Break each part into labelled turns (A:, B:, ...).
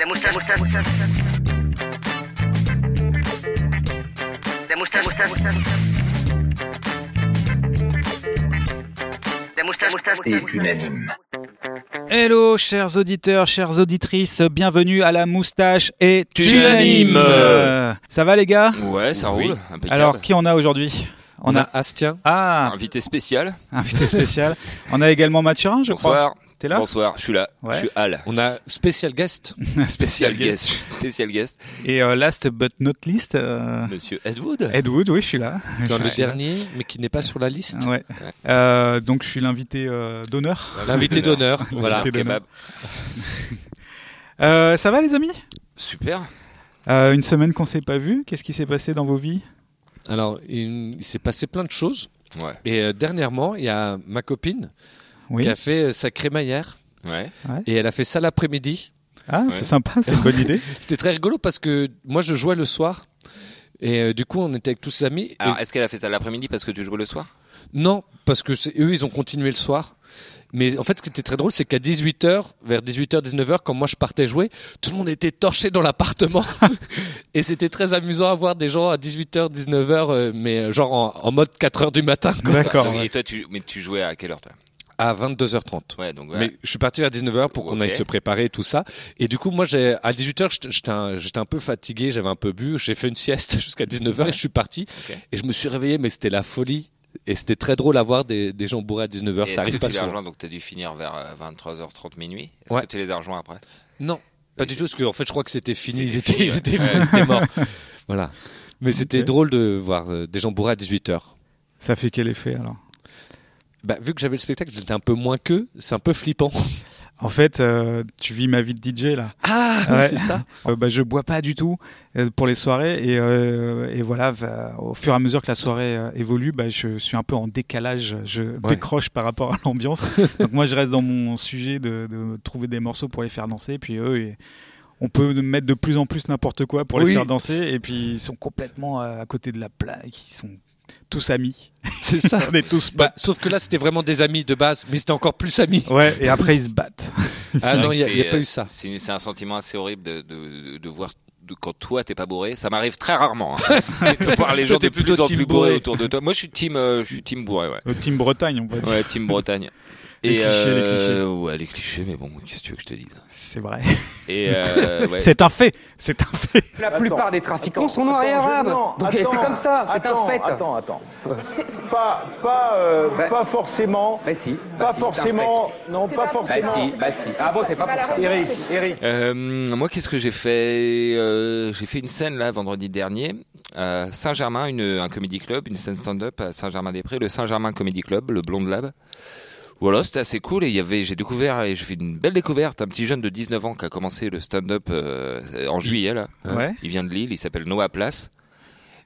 A: La moustache, moustache, moustache. La moustache, moustache, moustache. La moustache, moustache,
B: et
A: moustache.
B: unanime.
C: Hello, chers auditeurs, chères auditrices, bienvenue à la moustache et
D: Tu
C: tu
D: animes.
C: animes. Ça va les gars
D: Ouais, ça
E: Oui.
D: roule. Impeccable.
C: Alors, qui on a aujourd'hui
E: On a Astien.
C: Ah,
D: invité spécial.
C: invité spécial. On a également Mathurin, je crois.
D: Bonsoir.
C: T'es là
D: Bonsoir. Je suis là.
C: Ouais.
D: Je suis Al.
E: On a spécial guest.
D: Spécial guest. Spécial guest.
C: Et euh, last but not least, euh,
D: Monsieur Edwood.
C: Ed Wood, oui, je suis là.
E: Dans
C: Je
E: le
C: suis-
E: dernier, mais qui n'est pas sur la liste.
C: Ouais. Euh, donc, je suis l'invité euh, d'honneur.
E: L'invité d'honneur. voilà.
C: L'invité d'honneur.
D: Kebab.
C: Euh, ça va les amis
D: Super.
C: Euh, Une semaine qu'on s'est pas vu, qu'est-ce qui s'est passé dans vos vies
E: Alors, il, il s'est passé plein de choses.
D: Ouais.
E: Et euh, dernièrement, il y a ma copine
C: Oui.
E: qui a fait euh, sa crémaillère.
D: Ouais.
E: Et elle a fait ça l'après-midi.
C: Ah,
D: Ouais.
C: c'est sympa, c'est une bonne idée.
E: C'était très rigolo parce que moi, je jouais le soir. Et euh, du coup, on était avec tous ses amis. Et-
D: Alors, est-ce qu'elle a fait ça l'après-midi parce que tu jouais le soir
E: non, parce que c'est- eux, ils ont continué le soir. Mais en fait, ce qui était très drôle, c'est qu'à 18h, vers 18h, 19h, quand moi je partais jouer, tout le monde était torché dans l'appartement. et c'était très amusant à voir des gens à 18h, 19h, euh, mais euh, genre en, en mode 4h du matin, quoi,
C: D'accord.
D: Et
C: ouais.
D: toi, tu, mais tu jouais à quelle heure, toi
E: à 22h30.
D: Ouais, donc ouais.
E: Mais je suis parti à 19h pour qu'on
D: Ok.
E: aille se préparer et tout ça. Et du coup, moi, j'ai, à 18h, j'étais- j'étais un, j'étais un peu fatigué, j'avais un peu bu, j'ai fait une sieste jusqu'à 19h et je suis parti.
D: Ok.
E: Et je me suis réveillé, mais c'était la folie. Et c'était très drôle à voir des, des gens bourrés à 19h,
D: Et est-ce
E: ça
D: que
E: arrive pas
D: tu les as
E: souvent.
D: rejoints, donc t'as dû finir vers euh, 23h30 minuit. Est-ce
E: Ouais.
D: que tu les as rejoints après
E: Non, pas du tout, parce qu'en fait, je crois que c'était fini, ils
D: C'était
E: étaient, ils
D: fini,
E: étaient,
D: ouais.
E: ils étaient morts. Voilà. Mais c'était
C: Ok.
E: drôle de voir euh, des gens bourrés à 18h.
C: Ça fait quel effet alors
E: Bah, vu que j'avais le spectacle, j'étais un peu moins qu'eux, c'est un peu flippant.
C: En fait, euh, tu vis ma vie de DJ là.
E: Ah,
C: Ouais.
E: c'est ça.
C: Euh, bah, je bois pas du tout euh, pour les soirées et, euh, et voilà, va- au fur et à mesure que la soirée euh, évolue, bah, je suis un peu en décalage, je décroche par rapport à l'ambiance. Donc moi, je reste dans mon sujet de, de trouver des morceaux pour les faire danser, puis eux, et- on peut mettre de plus en plus n'importe quoi pour les
E: Oui.
C: faire danser et puis ils sont complètement euh, à côté de la plaque, ils sont tous amis,
E: C'est ça.
C: on est tous
E: Bah,
C: potes.
E: sauf que là, c'était vraiment des amis de base, mais c'était encore plus amis.
C: Ouais, et après ils se battent.
E: Ah non, il n'y a,
D: C'est- euh,
E: il y a pas eu ça.
D: C'est c'est un sentiment assez horrible de, de- de- de voir de- quand toi t'es pas bourré. Ça m'arrive très rarement. hein, de voir les
E: Toi,
D: gens
E: t'es
D: de plus
E: plutôt
D: en
E: team
D: plus bourrés
E: bourré.
D: autour de toi. Moi, je suis team, euh, je suis team bourré, ouais.
C: Au team Bretagne, on va dire.
D: Ouais, Team Bretagne. euh,
C: Les clichés, les clichés.
D: Ouais, les clichés, mais bon, qu'est-ce que tu veux que je te dise
C: C'est vrai.
D: Et euh, ouais.
C: C'est un fait, c'est un fait.
F: La plupart des trafiquants sont noirs et arabes. Donc euh, c'est comme ça, c'est un fait.
G: Attends, attends. Pas, pas, euh,
F: Bah-
G: pas forcément.
F: Bah si, bah si, c'est
G: pas
F: un
G: forcément. Non,
H: C'est
G: pas
H: pas-
F: Bah
G: forcément.
F: si, bah si. Ah bon, c'est pas pour ça.
G: Eric, Eric.
D: Euh, moi, qu'est-ce que j'ai fait Euh, J'ai fait une scène là vendredi dernier à Saint-Germain, une- un comédie club, une scène stand-up à Saint-Germain-des-Prés, le Saint-Germain Comedy Club, le Blonde Lab. Voilà, c'était assez cool et il y avait, j'ai découvert et j'ai fait une belle découverte. Un petit jeune de 19 ans qui a commencé le stand-up euh, en juillet là.
C: Ouais.
D: Il vient de Lille, il s'appelle Noah Place.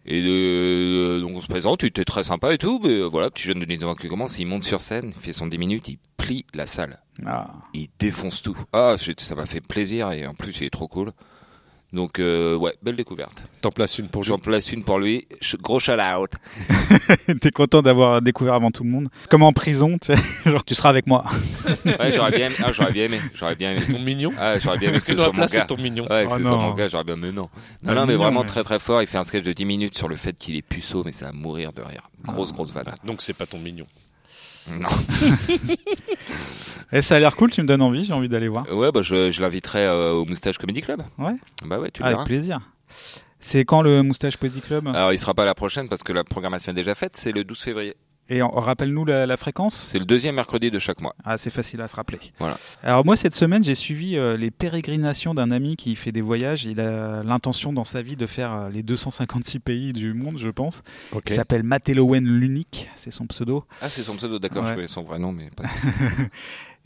D: Et euh, donc on se présente, il était très sympa et tout, mais euh, voilà, petit jeune de 19 ans qui commence, il monte sur scène, il fait son 10 minutes, il plie la salle
C: Ah.
D: il défonce tout. Ah, c'est- ça m'a fait plaisir et en plus il est trop cool. Donc euh, ouais, belle découverte.
E: T'en places une pour
D: J'en
E: Jean.
D: place une pour lui. Ch- Gros shout out.
C: T'es content d'avoir découvert avant tout le monde. Comme en prison, tu sais, genre tu seras avec moi.
D: Ouais, j'aurais bien, aimé- ah, j'aurais bien aimé, j'aurais bien aimé.
E: Ton mignon.
D: Ah, j'aurais bien aimé
E: Parce
D: que
E: que
D: ce
E: dans
D: soit
E: la
D: mon
E: place, c'est
D: gars.
E: ton mignon.
D: Ouais, que
C: Oh
D: ce soit
C: non.
D: mon gars, j'aurais bien, mais non.
C: Ah,
D: Non, non, mais
C: mignon,
D: vraiment
C: ouais.
D: très très fort. Il fait un sketch de 10 minutes sur le fait qu'il est puceau, mais ça va mourir de rire. Grosse grosse vanne.
E: Ah, Donc c'est pas ton mignon.
D: Non.
C: Et ça a l'air cool, tu me donnes envie, j'ai envie d'aller voir.
D: Ouais, bah je, je l'inviterai euh, au Moustache Comedy Club.
C: Ouais.
D: Bah ouais, tu le
C: Avec
D: verras. Euh.
C: plaisir. C'est quand le Moustache Poésie Club
D: Alors il sera pas à la prochaine parce que la programmation est déjà faite. C'est le 12 février.
C: Et en- rappelle-nous la, la fréquence.
D: C'est le deuxième mercredi de chaque mois.
C: Ah, c'est facile à se rappeler.
D: Voilà.
C: Alors moi, cette semaine, j'ai suivi euh, les pérégrinations d'un ami qui fait des voyages. Il a l'intention dans sa vie de faire euh, les 256 pays du monde, je pense.
E: Ok.
C: Il s'appelle Matelowen Lunic, c'est son pseudo.
D: Ah, c'est son pseudo, d'accord,
C: Ouais.
D: je connais son vrai nom, mais pas.
C: Et,
D: Ah,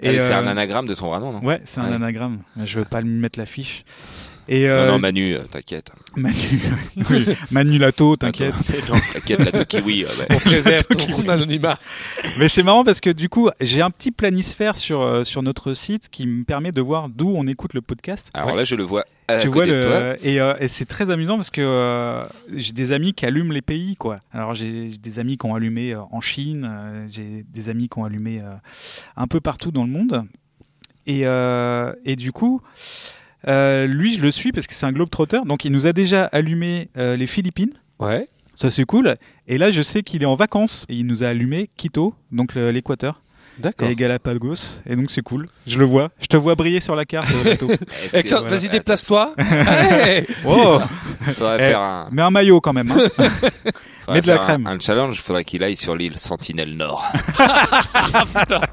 D: mais C'est
C: euh,
D: un anagramme de son vrai nom, non
C: Ouais, c'est un
D: Ouais.
C: anagramme. Je veux pas lui mettre la fiche. Et
D: Non,
C: euh,
D: non, Manu, euh, t'inquiète.
C: Manu, oui, Manu Lato, t'inquiète.
D: Non, T'inquiète, la Tokiwi. euh, ouais.
E: On préserve ton anonymat.
C: Mais c'est marrant parce que du coup, j'ai un petit planisphère sur, euh, sur notre site qui me permet de voir d'où on écoute le podcast.
D: Alors là, je le vois à
C: tu
D: côté
C: vois
D: de toi.
C: le et, euh, et c'est très amusant parce que euh, j'ai des amis qui allument les pays quoi. Alors j'ai j'ai des amis qui ont allumé euh, en Chine, euh, j'ai des amis qui ont allumé euh, un peu partout dans le monde. Et, euh, et du coup, Euh, lui, je le suis parce que c'est un globe trotteur. Donc, il nous a déjà allumé euh, les Philippines.
E: Ouais.
C: Ça, c'est cool. Et là, je sais qu'il est en vacances. Et il nous a allumé Quito, donc le- l'Équateur,
E: D'accord.
C: et Galapagos. Et donc, c'est cool. Je le vois. Je te vois briller sur la carte. euh, Tato.
E: Eh, tiens,
D: Voilà.
E: Vas-y, déplace-toi. Hey
C: Wow.
D: Faudrait
C: Eh,
D: faire un.
C: Mais un maillot quand même. hein.
D: faudrait
C: mets de la
D: faire un-
C: crème.
D: Un, challenge, faudrait qu'il aille sur l'île Sentinelle Nord.
E: Ah,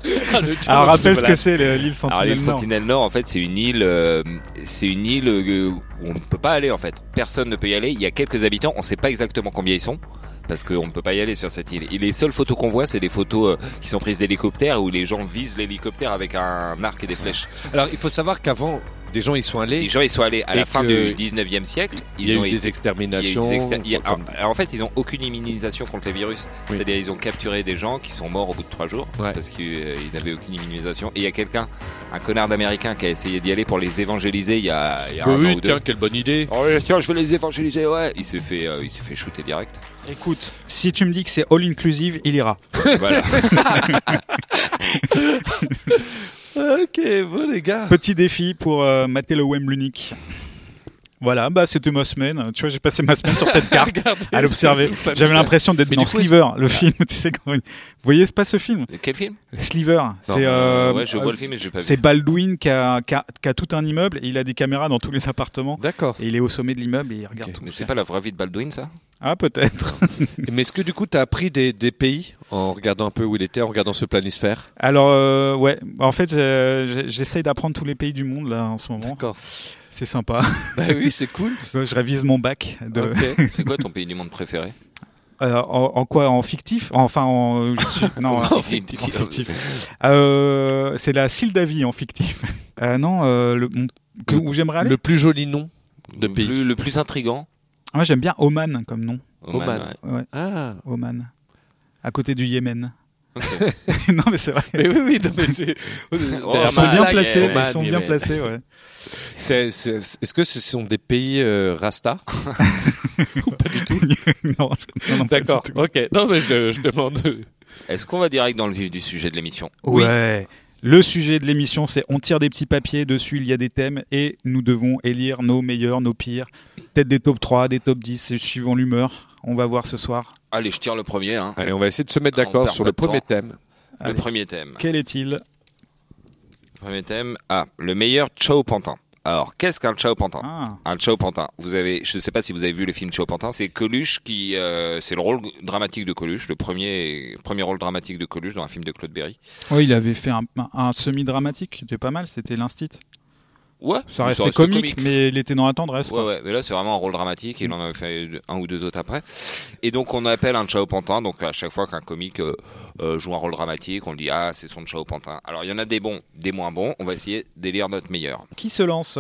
E: le challenge
C: Alors, rappelle
E: de
C: ce que c'est le- l'île
D: Alors
C: Sentinelle.
D: l'île
C: Nord.
D: Sentinelle Nord, en fait, c'est une île, euh, c'est une île euh, où on ne peut pas aller en fait. Personne ne peut y aller. Il y a quelques habitants, on ne sait pas exactement combien ils sont. Parce qu'on ne peut pas y aller sur cette île. Et les seules photos qu'on voit, c'est des photos euh, qui sont prises d'hélicoptères où les gens visent l'hélicoptère avec un arc et des flèches.
E: Blas. Alors, il faut savoir qu'avant, des gens y sont
D: Les
E: allés.
D: gens, ils sont allés à
E: et
D: la fin
E: que-
D: du 19e siècle.
E: Il y
D: ont
E: a eu
D: été- Il
E: des
D: y a eu
E: exterminations.
D: des exter- il y a-
E: comme-
D: alors, En fait, ils n'ont aucune immunisation contre les virus.
E: Oui.
D: C'est-à-dire, ils ont capturé des gens qui sont morts au bout de trois jours
E: Ouais.
D: parce qu'ils euh, ils n'avaient aucune immunisation. Et il y a quelqu'un, un connard d'américain, qui a essayé d'y aller pour les évangéliser il y a, il y a
E: Bah
D: un an
E: oui,
D: ou
E: tiens,
D: deux.
E: quelle bonne idée.
D: Oh, tiens, je vais les évangéliser, ouais. Il s'est fait, euh, il s'est fait shooter direct.
C: Écoute, si tu me dis que c'est all inclusive, il ira.
D: voilà.
E: Ok, bon, les gars.
C: Petit défi pour euh, mater le Wem l'unique. Voilà, bah c'était ma semaine. Tu vois, j'ai passé ma semaine sur cette carte à l'observer. J'avais l'impression d'être
E: Mais
C: dans
E: du coup,
C: Sliver, le film. Tu sais quand- Vous voyez, c'est pas ce film.
D: Quel film
C: Sliver,
D: Non,
C: c'est euh,
D: Ouais, je
C: euh,
D: vois le film, mais je l'ai pas vu.
C: c'est Baldwin qui a, qui a- qui a tout un immeuble. Et il a des caméras dans tous les appartements.
E: D'accord.
C: Et il est au sommet de l'immeuble et il regarde
E: Ok.
C: tout.
D: Mais c'est pas la vraie vie de Baldwin, ça
C: Ah peut-être.
E: Mais est-ce que du coup, t'as appris des, des pays en regardant un peu où il était, en regardant ce planisphère
C: Alors euh, ouais, en fait euh, j'ai- j'essaye d'apprendre tous les pays du monde là en ce moment.
E: D'accord.
C: C'est sympa.
E: Bah oui, c'est cool.
C: Je révise mon bac de,
E: Ok.
D: C'est quoi ton pays du monde préféré
C: Euh, en, en quoi En fictif Enfin, en, euh, je suis- non,
D: Si,
C: en
D: si, si, si.
C: Oh, fictif. Euh, c'est la Sildavie en fictif. Euh, non, euh, le, mon- que, où j'aimerais aller
E: Le plus joli nom de
D: Le
E: pays.
D: plus- Le plus intrigant
C: Moi, j'aime bien Oman comme nom.
E: Oman.
D: ouais.
C: Ouais,
E: Ah.
C: Oman. À côté du Yémen.
D: Ok.
C: non, mais c'est vrai.
E: Mais oui, oui, non, mais c'est.
C: Ils
D: Oman,
C: sont bien
D: Yémen,
C: placés.
E: Oman,
C: ils sont bien
E: Yémen.
C: placés, ouais.
E: C'est- c'est- Est-ce que ce sont des pays euh, rasta
C: non, je- non, non, pas du tout.
E: Ok. Non, mais je, je demande.
D: Est-ce qu'on va direct dans le vif du sujet de l'émission
E: Oui.
C: Ouais. Le sujet de l'émission, c'est on tire des petits papiers, dessus il y a des thèmes et nous devons élire nos meilleurs, nos pires, peut-être des top 3, des top 10, et suivant l'humeur. On va voir ce soir.
D: Allez, je tire le premier. Hein.
E: Allez, on va essayer de se mettre
D: On
E: d'accord
D: perd
E: sur
D: pas
E: le
D: de temps.
E: premier thème.
D: Le
C: Allez.
D: premier thème.
C: Quel est-il
D: Premier thème. Ah, le meilleur Chao Pantin. Alors, qu'est-ce qu'un Chao Pantin
C: Ah.
D: Un Chao Pantin. Vous avez, je ne sais pas si vous avez vu le film Chao Pantin. C'est Coluche qui, euh, c'est le rôle dramatique de Coluche, le premier, premier rôle dramatique de Coluche dans un film de Claude Berry.
C: Oui, Oh, il avait fait un, un- un semi-dramatique qui était pas mal, c'était l'Instit.
D: Ouais.
C: Ça restait comique, mais il était dans la tendresse.
D: Ouais,
C: quoi.
D: ouais, mais là c'est vraiment un rôle dramatique, il en a fait un ou deux autres après. Et donc on appelle un Chao Pantin, donc à chaque fois qu'un comique euh, euh, joue un rôle dramatique, on dit ah c'est son Chao Pantin. Alors il y en a des bons, des moins bons, on va essayer d'élire notre meilleur.
C: Qui se lance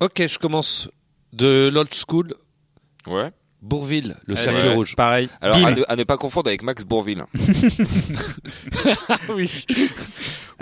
E: Ok, je commence de l'old school.
D: Ouais.
E: Bourville, le
D: Allez,
E: cercle
D: ouais.
E: rouge.
C: Pareil.
D: Alors
C: Bim.
D: à ne, à ne pas confondre avec Max Bourville.
E: oui.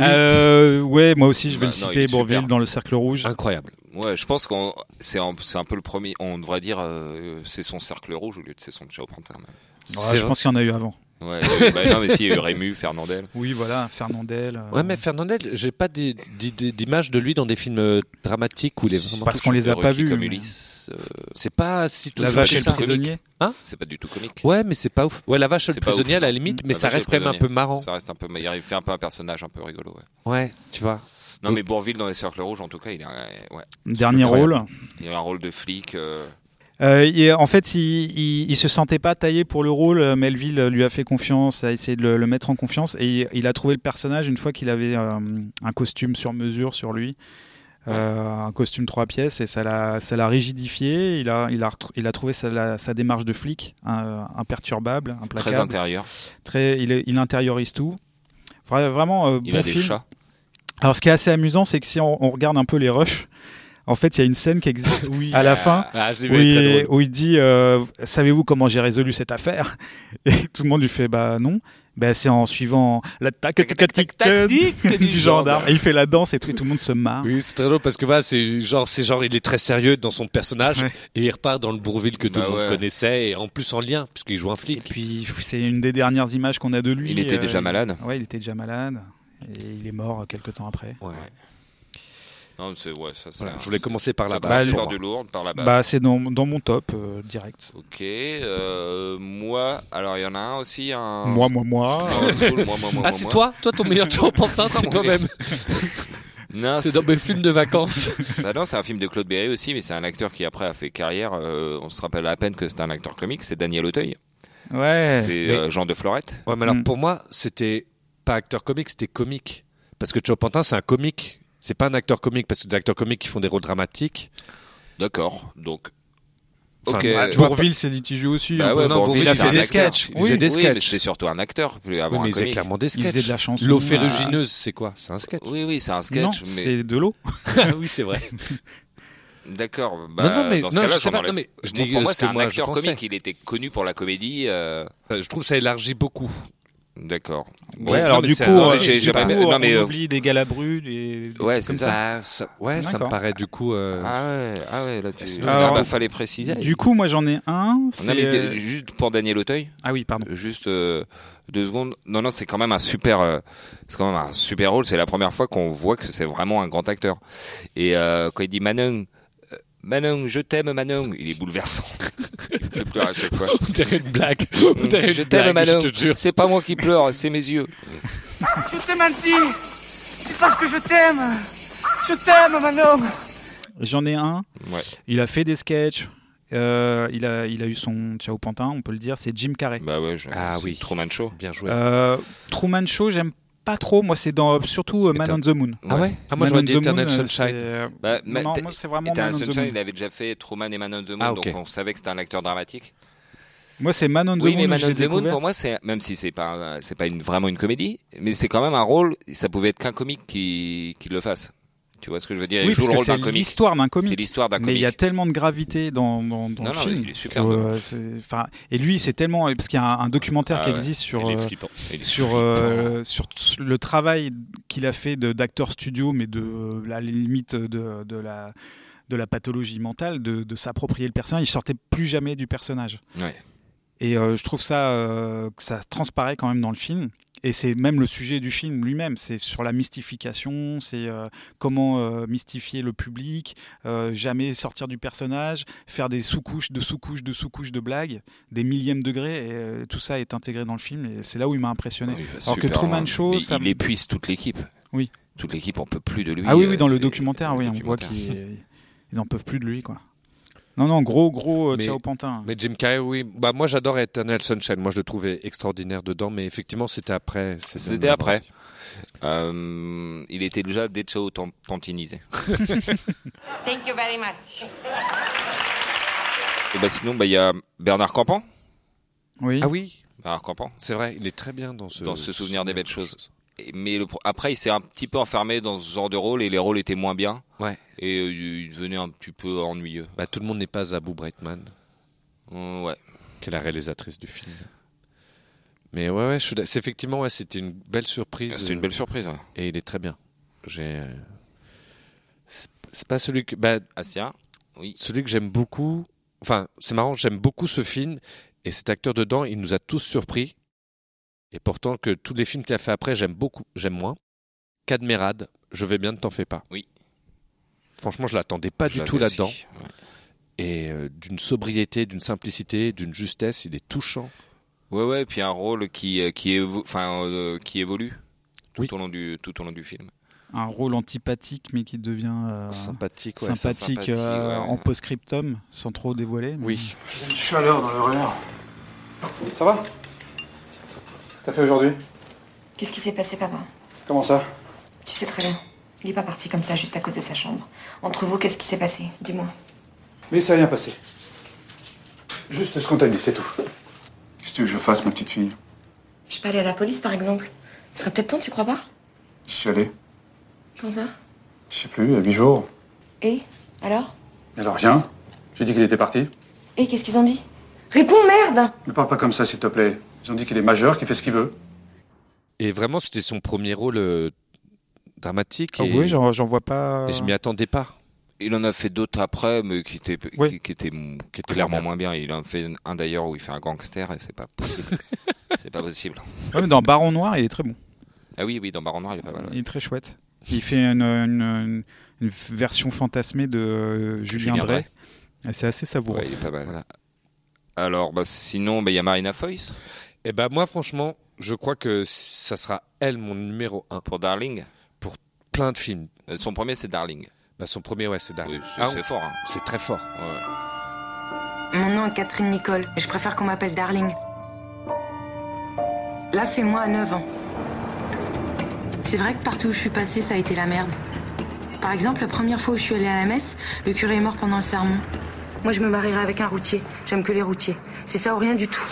C: Euh, ouais, moi aussi je vais
D: Bah, Non,
C: le
D: non, il
C: citer,
D: est super. Ah,
C: Bourville, dans le cercle rouge.
E: Incroyable.
D: Ouais, je pense qu'on c'est un, c'est un peu le premier. On devrait dire euh, c'est son cercle rouge au lieu de c'est son Chao Pantin.
C: Ouais, je pense qu'il y en a eu avant.
D: Ouais, il y a eu- bah non mais si il y a eu Rému, Fernandel.
C: Oui, voilà, Fernandel. euh,
E: Ouais, mais Fernandel, j'ai pas d'i- d'i- d'image de lui dans des films euh, dramatiques où il est vraiment.
C: Parce qu'on les a
D: Ruki
C: pas vus.
D: Comme
C: mais-
D: Ulysse, euh,
E: C'est pas si tout
C: La
E: ça.
C: vache et le
E: ça.
C: prisonnier.
D: c'est pas du tout comique.
E: Ouais, mais c'est pas ouf. Ouais, la vache et le
D: C'est pas ouf,
E: prisonnier à la
D: non.
E: limite,
D: Mm.
E: mais
D: La
E: ça
D: vache et
E: reste
D: le
E: quand même un peu
D: prisonnier.
E: marrant.
D: Ça reste un peu, mais il fait un peu un personnage un peu rigolo. Ouais.
E: Ouais, tu vois.
D: Non
E: Donc-
D: mais Bourville dans les cercles rouges en tout cas, il a, ouais,
C: Dernier
E: Incroyable.
C: rôle.
D: il a un rôle de flic. euh,
C: Euh, il- en fait, il, il, il se sentait pas taillé pour le rôle. Euh, Melville euh, lui a fait confiance, a essayé de le, le mettre en confiance, et il, il a trouvé le personnage une fois qu'il avait euh, un costume sur mesure sur lui, Euh, un costume trois pièces, et ça l'a, ça l'a rigidifié. Il a, il a, retr- il a trouvé sa, la- sa démarche de flic un- imperturbable,
D: très
C: implacable.
D: intérieur.
C: Très, il, est- il intériorise tout. Vra- Vraiment euh,
D: Il
C: bon
D: a
C: film.
D: des chats.
C: Alors, ce qui est assez amusant, c'est que si on, on regarde un peu les rushs, en fait, il y a une scène qui existe à la fin
E: Ah, je l'ai
C: où, il, où il dit euh, Savez-vous comment j'ai résolu cette affaire Et tout le monde lui fait Bah non. Bah, c'est en suivant l'attaque tactique du gendarme. Et il fait la danse et tout, et tout le monde se marre.
E: Oui, c'est très drôle parce que voilà, c'est genre, c'est genre, il est très sérieux dans son personnage
C: Ouais.
E: et il repart dans le Bourville que tout
D: Bah
E: le monde
D: ouais.
E: connaissait et en plus en lien puisqu'il joue un
C: Et
E: flic.
C: puis, c'est une des dernières images qu'on a de lui.
D: Il était
C: Euh,
D: déjà malade.
C: Ouais, il était déjà malade. Et il est mort euh, quelques temps après.
E: Ouais.
D: Non, c'est ouais, ça.
E: Voilà,
D: c'est
E: je voulais commencer par la
D: Bah,
E: base.
D: c'est
E: pour
D: l'heure
E: moi.
D: de Lourdes, par la base.
C: Bah, c'est dans, dans mon top euh, direct.
D: Ok, euh, moi, alors il y en a un aussi, un.
C: Moi, moi, moi.
D: Oh, cool, moi, moi, moi,
E: Ah,
D: moi,
E: c'est
D: moi.
E: toi Toi, ton meilleur tour pantin, c'est
D: Non,
E: toi-même.
D: Non,
E: C'est dans mes films de vacances.
D: bah non, c'est un film de Claude Berry aussi, mais c'est un acteur qui après a fait carrière. euh, on se rappelle à peine que c'est un acteur comique, c'est Daniel Auteuil.
C: Ouais.
D: C'est
E: mais-
D: euh, Jean de Florette.
E: Ouais, mais alors
C: Mm.
E: pour moi, c'était pas acteur comique, c'était comique. Parce que Chopantin, c'est un comique. C'est pas un acteur comique, parce que des acteurs comiques qui font des rôles dramatiques.
D: D'accord, donc.
E: Enfin,
D: Ok.
E: bah, tu vois,
C: Bourville, c'est litigieux aussi.
D: Bah
C: un peu.
D: ouais,
E: non,
D: Bourville,
E: Bourville,
C: il a
D: c'est
C: fait
D: un
C: des
D: acteur.
E: sketchs.
D: Il
E: Il faisait des
D: oui, mais
E: sketchs.
D: c'est surtout un acteur. Plus
E: Oui,
D: avoir
E: mais
D: Ah un
E: c'est
D: comique.
E: clairement des
C: Il faisait de
E: sketchs.
C: la chanson. euh, Ah.
E: L'eau ferrugineuse, c'est quoi C'est un sketch.
D: Oui, oui, c'est un sketch.
C: Non,
D: mais...
C: c'est de l'eau.
E: oui, c'est vrai.
D: D'accord. Bah,
E: non, mais-
D: dans ce
E: non,
D: cas-là,
E: je sais
D: j'en
E: pas,
D: enlève.
E: non, mais je
D: Moi,
E: dis
D: pour moi,
E: ce
D: c'est
E: que
D: un
E: moi, je
D: acteur
E: pensais.
D: comique. Il était connu pour la comédie. euh,
E: Je trouve que ça élargit beaucoup.
D: D'accord.
E: Bon,
C: ouais,
E: non,
C: alors
E: mais
C: du coup,
E: c'est un-
D: non, mais
C: euh,
D: j'ai-
C: du
D: j'ai pas-
C: coup,
D: non, mais,
C: on
D: euh,
C: oublie des galabrues, des, des
D: Ouais,
C: trucs comme
D: c'est
C: ça.
D: ça.
E: Ouais, ça me
C: D'accord.
E: paraît du coup. euh,
D: Ah ouais, ah ouais, là tu.
E: c'est-
D: Ah,
C: Alors,
D: bah, fallait préciser.
C: Du coup, moi j'en ai un. c'est,
D: Non, mais
C: euh,
D: d- juste pour Daniel Auteuil,
C: Ah oui, pardon.
D: juste euh, deux secondes. Non, non, c'est quand même un super, euh, c'est quand même un super rôle. C'est la première fois qu'on voit que c'est vraiment un grand acteur. Et euh, quand il dit Manon, euh, Manon, je t'aime, Manon, il est bouleversant. il peut pleurer à chaque fois.
E: On dirait une blague. On dirait
D: je
E: une
D: t'aime,
E: blague,
D: Manon.
E: je te jure.
D: C'est pas moi qui pleure, c'est mes yeux.
F: Je t'aime, Andy C'est parce que je t'aime Je t'aime, Manon
C: J'en ai un.
D: Ouais.
C: Il a fait des sketchs. Euh, il, a, il a eu son ciao pantin, on peut le dire. C'est Jim Carrey.
D: Bah ouais. Je,
E: Ah
D: c'est
E: oui.
D: Truman Show.
E: Bien joué.
C: Euh, Truman Show, j'aime pas trop. Moi, c'est dans surtout euh, Man on
E: Éteint-
C: the Moon.
E: Ah ouais Ah, moi,
C: Man
E: j'aurais
C: on
E: dit
C: the
E: Eternal
C: Moon, euh,
E: Sunshine.
C: c'est-
D: Bah, ma-
C: non,
D: t'as-
C: moi, c'est vraiment
D: Et
C: Man on the
D: Sunshine,
C: Moon.
D: il avait déjà fait Truman et Man on the Moon,
E: Ah, ok.
D: donc on savait que c'était un acteur dramatique.
C: Moi, c'est Man on the
D: Oui,
C: Moon.
D: mais
C: où
D: Man
C: je
D: on
C: l'ai
D: the Moon,
C: découvert.
D: pour moi, c'est même si c'est pas un- c'est pas une, vraiment une comédie, mais c'est quand même un rôle. Ça pouvait être qu'un comique qui, qui le fasse. Tu vois ce que je veux dire Il
C: oui,
D: joue
C: parce
D: le
C: que
D: rôle
C: c'est
D: d'un comique.
C: l'histoire d'un
D: C'est
C: comique.
D: l'histoire d'un
C: Mais il
D: comique.
C: y a tellement de gravité dans, dans, dans
D: Non,
C: le
D: non,
C: film.
D: il est super
C: que,
D: bon.
C: euh, c'est- enfin, et lui, c'est tellement parce qu'il y a un, un documentaire
D: Ah
C: qui
D: ouais,
C: existe sur
D: Il est
C: euh,
D: flippant. Il est
C: sur
D: flippant.
C: euh, sur t- le travail qu'il a fait de- d'acteur studio, mais de euh, la limite de, de la de la pathologie mentale, de, de s'approprier le personnage. Il sortait plus jamais du personnage.
D: Ouais.
C: Et euh, je trouve ça euh, que ça transparaît quand même dans le film. Et c'est même le sujet du film lui-même. C'est sur la mystification, c'est euh, comment euh, mystifier le public, euh, jamais sortir du personnage, faire des sous-couches de sous-couches de sous-couches de blagues, des millièmes degrés. Et euh, tout ça est intégré dans le film. Et c'est là où il m'a impressionné.
D: Oui, il va
C: Alors que
D: super
C: Truman
D: loin.
C: Show,
D: Mais
C: ça-
D: il épuise toute l'équipe.
C: Oui.
D: Toute l'équipe, on peut plus de lui.
C: ah oui,
D: euh,
C: oui, dans le
D: c'est-
C: documentaire,
D: le
C: oui, on voit
D: documentaire.
C: qu'ils ils en peuvent plus de lui, quoi. Non, non, gros, gros, euh,
E: Mais-
C: ciao Pantin.
E: Mais Jim Carrey, oui. Bah, moi, j'adore Eternal Sunshine. Moi, je le trouvais extraordinaire dedans, mais effectivement, c'était après. C'est bien
D: C'était
E: de
D: après.
E: l'avoir
D: Euh, il était déjà déjà autant pantinisé.
B: Thank you very much.
D: Et bah sinon, bah il y a Bernard Campan.
C: Oui.
E: dit. Ah oui,
D: Bernard Campan.
E: c'est vrai. Il est très bien dans ce.
D: Dans ce souvenir des belles choses. Et- mais le pro- après, il s'est un petit peu enfermé dans ce genre de rôle et les rôles étaient moins bien.
E: Ouais.
D: Et euh, il devenait un petit peu ennuyeux.
E: Bah, tout le monde n'est pas Abou Breitman,
D: Euh, ouais.
E: qui est la réalisatrice du film. Mais ouais, ouais, je suis d'ac- c'est effectivement, ouais, c'était une belle surprise. euh,
D: C'est une belle surprise. ouais.
E: Et il est très bien. J'ai. euh, C'est c'est pas celui que. Bah,
D: Assia Oui.
E: celui que j'aime beaucoup. Enfin, c'est marrant, j'aime beaucoup ce film et cet acteur dedans, il nous a tous surpris. Et pourtant, que tous les films qu'il a fait après, j'aime beaucoup, j'aime moins. Cadmerade, je vais bien, ne t'en fais pas.
D: Oui.
E: Franchement, je l'attendais pas
D: Je
E: du
D: l'avais
E: tout là-dedans.
D: aussi. Ouais.
E: Et euh, d'une sobriété, d'une simplicité, d'une justesse, il est touchant.
D: Ouais, ouais, et puis un rôle qui, euh, qui, évo- enfin, euh, qui évolue tout,
E: Oui.
D: au long du, tout au long du film.
C: Un rôle antipathique, mais qui devient euh,
E: sympathique, ouais.
C: sympathique,
D: sympathique,
C: euh,
D: ouais.
C: en post-scriptum, sans trop dévoiler. Ah mais-
E: Oui.
G: Une chaleur dans le regard. Ça va Qu'est-ce que t'as fait aujourd'hui
H: Qu'est-ce qui s'est passé, papa
G: Comment ça
H: Tu sais très bien. Il est pas parti comme ça juste à cause de sa chambre. Entre vous, qu'est-ce qui s'est passé Dis-moi.
G: Mais il s'est rien passé. Juste ce qu'on t'a dit, c'est tout. Qu'est-ce que tu veux que je fasse, ma petite fille
H: Je suis pas allée à la police, par exemple. Ce serait peut-être temps, tu crois pas
G: Je suis allé,
H: Quand ça
G: je sais plus, il y a huit jours.
H: Et Alors
G: Alors rien J'ai dit qu'il était parti.
H: Et qu'est-ce qu'ils ont dit Réponds, merde
G: Ne parle pas comme ça, s'il te plaît. Ils ont dit qu'il est majeur, qu'il fait ce qu'il veut.
E: Et vraiment, c'était son premier rôle euh, dramatique.
C: Ah euh.
E: et,
C: oui, j'en j'en vois pas.
E: et je m'y attendais pas.
D: Il en a fait d'autres après, mais qui étaient,
C: Oui.
D: qui, qui étaient, m- qui étaient
E: Très
D: clairement
E: bien.
D: moins bien. Il en fait un d'ailleurs où il fait un gangster et c'est pas possible. c'est pas possible.
C: Ouais, mais dans Baron Noir, il est très bon.
D: Ah oui, oui, dans Baron Noir, il est pas mal. ouais.
C: Il est très chouette. Il fait une, une- une- une version fantasmée de euh, Julien,
D: Julien
C: Drey. Et C'est assez savoureux.
D: Ouais, il est pas mal. Alors, bah, sinon, bah, il y a Marina Foïs
E: Et ben moi, franchement, je crois que ça sera elle mon numéro un.
D: pour Darling.
E: Plein de films.
D: Euh, Son premier, c'est Darling.
E: Bah, son premier, ouais, c'est Darling.
D: Oui, c'est
E: Ah,
D: c'est fort. hein.
E: c'est très fort.
D: Ouais.
H: Mon nom est Catherine Nicole, mais je préfère qu'on m'appelle Darling. Là, c'est moi à 9 ans. C'est vrai que partout où je suis passée, ça a été la merde. Par exemple, la première fois où je suis allée à la messe, le curé est mort pendant le sermon. Moi, je me marierai avec un routier. J'aime que les routiers. C'est ça ou rien du tout.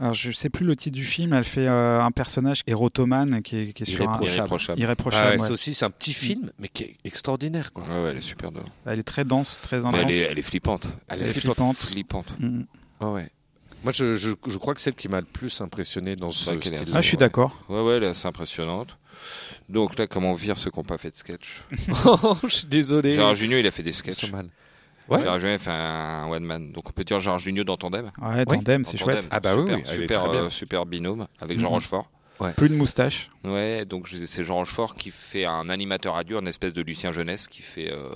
C: Alors, je sais plus le titre du film. Elle fait euh, un personnage érotomane qui est, qui est sur un.
E: Irréprochable.
D: Irréprochable.
C: Irréprochable.
E: Ah ouais,
C: ouais.
E: Ça aussi, c'est un petit film, mais qui est extraordinaire, quoi.
D: Ouais, ouais, elle est super drôle.
C: Elle est très dense, très
D: Mais
C: intense.
D: elle, est, elle est flippante.
E: Elle
C: Elle est
E: est
C: flippante.
D: Flippante.
C: Mm.
E: Ah ouais. Moi, je, je- je crois que celle qui m'a le plus impressionné dans
D: C'est
E: ce
D: vrai qu'elle est
E: style.
C: Ah, je suis d'accord.
D: Ouais, ouais, elle est assez impressionnante. Donc là, comment on vire ceux qui n'ont pas fait de sketch
E: Oh, je suis désolé.
D: Gérard Junior, il a fait des
E: Ils sont
D: sketchs.
E: mal. Ouais.
D: Gérard Junior, il a fait un one man. Donc on peut dire Gérard Junior dans Tandem.
C: Ouais,
E: Oui,
C: tandem,
D: Dans
C: c'est
D: Tandem.
C: chouette.
E: Ah bah oui,
D: super,
E: oui, elle est
D: super,
E: très bien.
D: euh, super binôme avec Jean
C: Mhm.
D: Rochefort.
C: Plus de moustache.
D: Ouais, donc je- c'est Jean Rochefort qui fait un animateur radio, une espèce de Lucien Jeunesse qui fait, euh,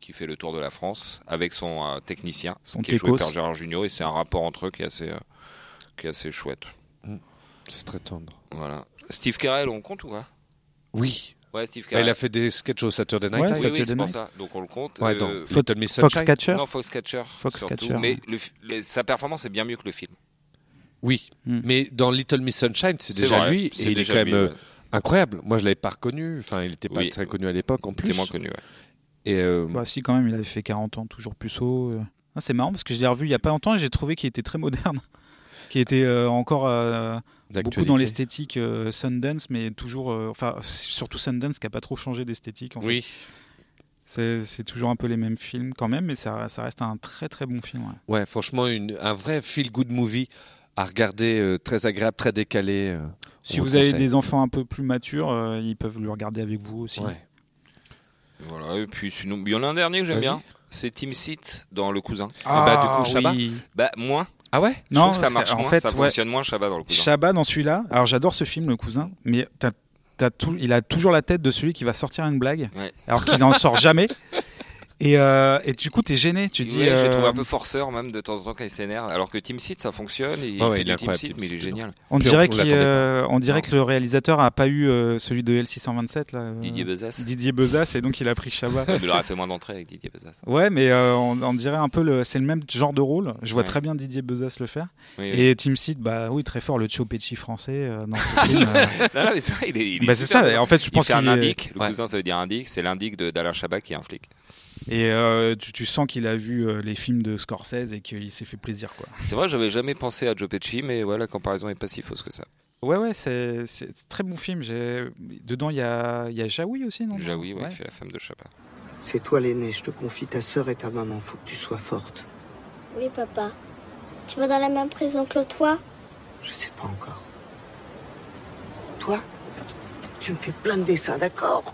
D: qui fait le tour de la France avec son euh, technicien,
C: Son
D: qui est joué
C: techos.
D: par Gérard Junior, et c'est un rapport entre eux qui est assez, euh, qui est assez chouette.
E: C'est très tendre.
D: Voilà. Steve Carell, on le compte ou pas
E: Oui.
D: Ouais, Steve
E: Elle
D: Carell.
E: Bah, a fait des sketchs au Saturday Night
C: Ouais,
E: Live.
D: oui, oui,
C: Saturday
D: c'est pour
C: Night.
D: ça. Donc on le compte.
E: Ouais,
D: Euh,
E: donc,
D: Fox-
E: Little Miss Sunshine.
C: Foxcatcher.
D: non, Foxcatcher.
C: Foxcatcher.
D: surtout. Mais le fi- le- sa performance est bien mieux que le film.
E: Oui.
C: Mm.
E: Mais dans Little Miss Sunshine, c'est
D: C'est
E: déjà
D: vrai,
E: lui.
D: c'est
E: Et il est
D: déjà
E: quand même
D: lui,
E: euh,
D: ouais.
E: incroyable. Moi, je l'avais pas reconnu. Enfin, il n'était pas
D: Oui.
E: très connu à l'époque en
D: Il
E: plus.
D: est moins connu. ouais.
E: Et euh,
C: Bah, si, quand même, il avait fait 40 ans, toujours puceau. euh. Ah, c'est marrant parce que je l'ai revu il y a pas longtemps et j'ai trouvé qu'il était très moderne. Qu'il était euh, encore euh, beaucoup
E: d'actualité.
C: dans l'esthétique euh, Sundance, mais toujours. euh, enfin, surtout Sundance qui a pas trop changé d'esthétique. en fait.
E: Oui.
C: C'est c'est toujours un peu les mêmes films quand même, mais ça, ça reste un très très bon film. ouais.
E: Ouais, franchement, une, un vrai feel-good movie à regarder, euh, très agréable, très décalé. euh,
C: Si
E: on
C: vous
E: le
C: avez
E: conseille.
C: des enfants un peu plus matures, euh, ils peuvent le regarder avec vous aussi.
E: Ouais.
D: Voilà, et puis sinon, il y en a un dernier que j'aime
E: Vas-y.
D: bien. C'est Tim Seat dans Le Cousin.
E: bah, du coup, Chabat
C: Ah, oui.
D: Bah, moins.
E: Ah ouais
D: Je
C: Non,
D: trouve que ça
C: parce que,
D: marche
C: en
D: moins,
C: fait,
D: ça
C: ouais,
D: fonctionne moins Chabat dans Le Cousin.
C: Chabat dans celui-là. Alors j'adore ce film, le cousin, mais t'as- t'as tout- il a toujours la tête de celui qui va sortir une blague,
D: Ouais.
C: alors qu'il n'en sort jamais. Et, euh, et du coup, t'es gêné. Tu dis.
D: Ouais, je
C: euh,
D: le trouve un peu forceur même de temps en temps quand il s'énerve. Alors que Team Seed, ça fonctionne. Il
E: Ah ouais,
D: fait
E: il
D: du
E: est
D: Team
E: incroyable,
D: Seed,
E: Team
D: mais il est
C: hein.
E: Seed.
D: génial.
C: on
E: Puis on-
C: dirait
E: on
C: que
E: l'attendait
C: on dirait
D: Non.
C: que le réalisateur a pas eu euh, celui de L627 là. euh,
D: Didier Bezas.
C: Didier Bezas, et donc il a pris Chabat.
D: Ouais, mais Il aurait fait moins d'entrées avec Didier Bezas.
C: Ouais, mais euh, on, on dirait un peu le, c'est le même genre de rôle. Je vois
D: Ouais.
C: très bien Didier Bezas le faire.
D: Oui, oui.
C: Et Tim Seed, bah oui, très fort, le Chopechi français euh, dans ce film. euh.
D: Non, non, mais c'est vrai, il est, il est
C: Bah, c'est
D: super
C: ça.
D: drôle.
C: En fait, je
D: Il
C: pense
D: fait
C: qu'il
D: un
C: est-
D: indique. Le
E: Ouais.
D: cousin, ça veut dire indique. C'est l'indique de- d'Alain Chabat qui est un flic.
C: Et euh, tu, tu sens qu'il a vu euh, les films de Scorsese et qu'il s'est fait plaisir, quoi.
D: C'est vrai, j'avais jamais pensé à Joe Pesci, mais ouais, la comparaison est pas si fausse que ça.
C: Ouais, ouais, c'est c'est- c'est très bon film. J'ai- Dedans, il y a, il y a Jaoui aussi, non
D: Jaoui, ouais,
C: Ouais.
D: qui fait la femme de Chabat.
I: C'est toi l'aîné, je te confie ta sœur et ta maman, faut que tu sois forte.
J: Oui, papa. Tu vas dans la même prison que l'autre fois
I: Je sais pas encore. Toi, tu me fais plein de dessins, d'accord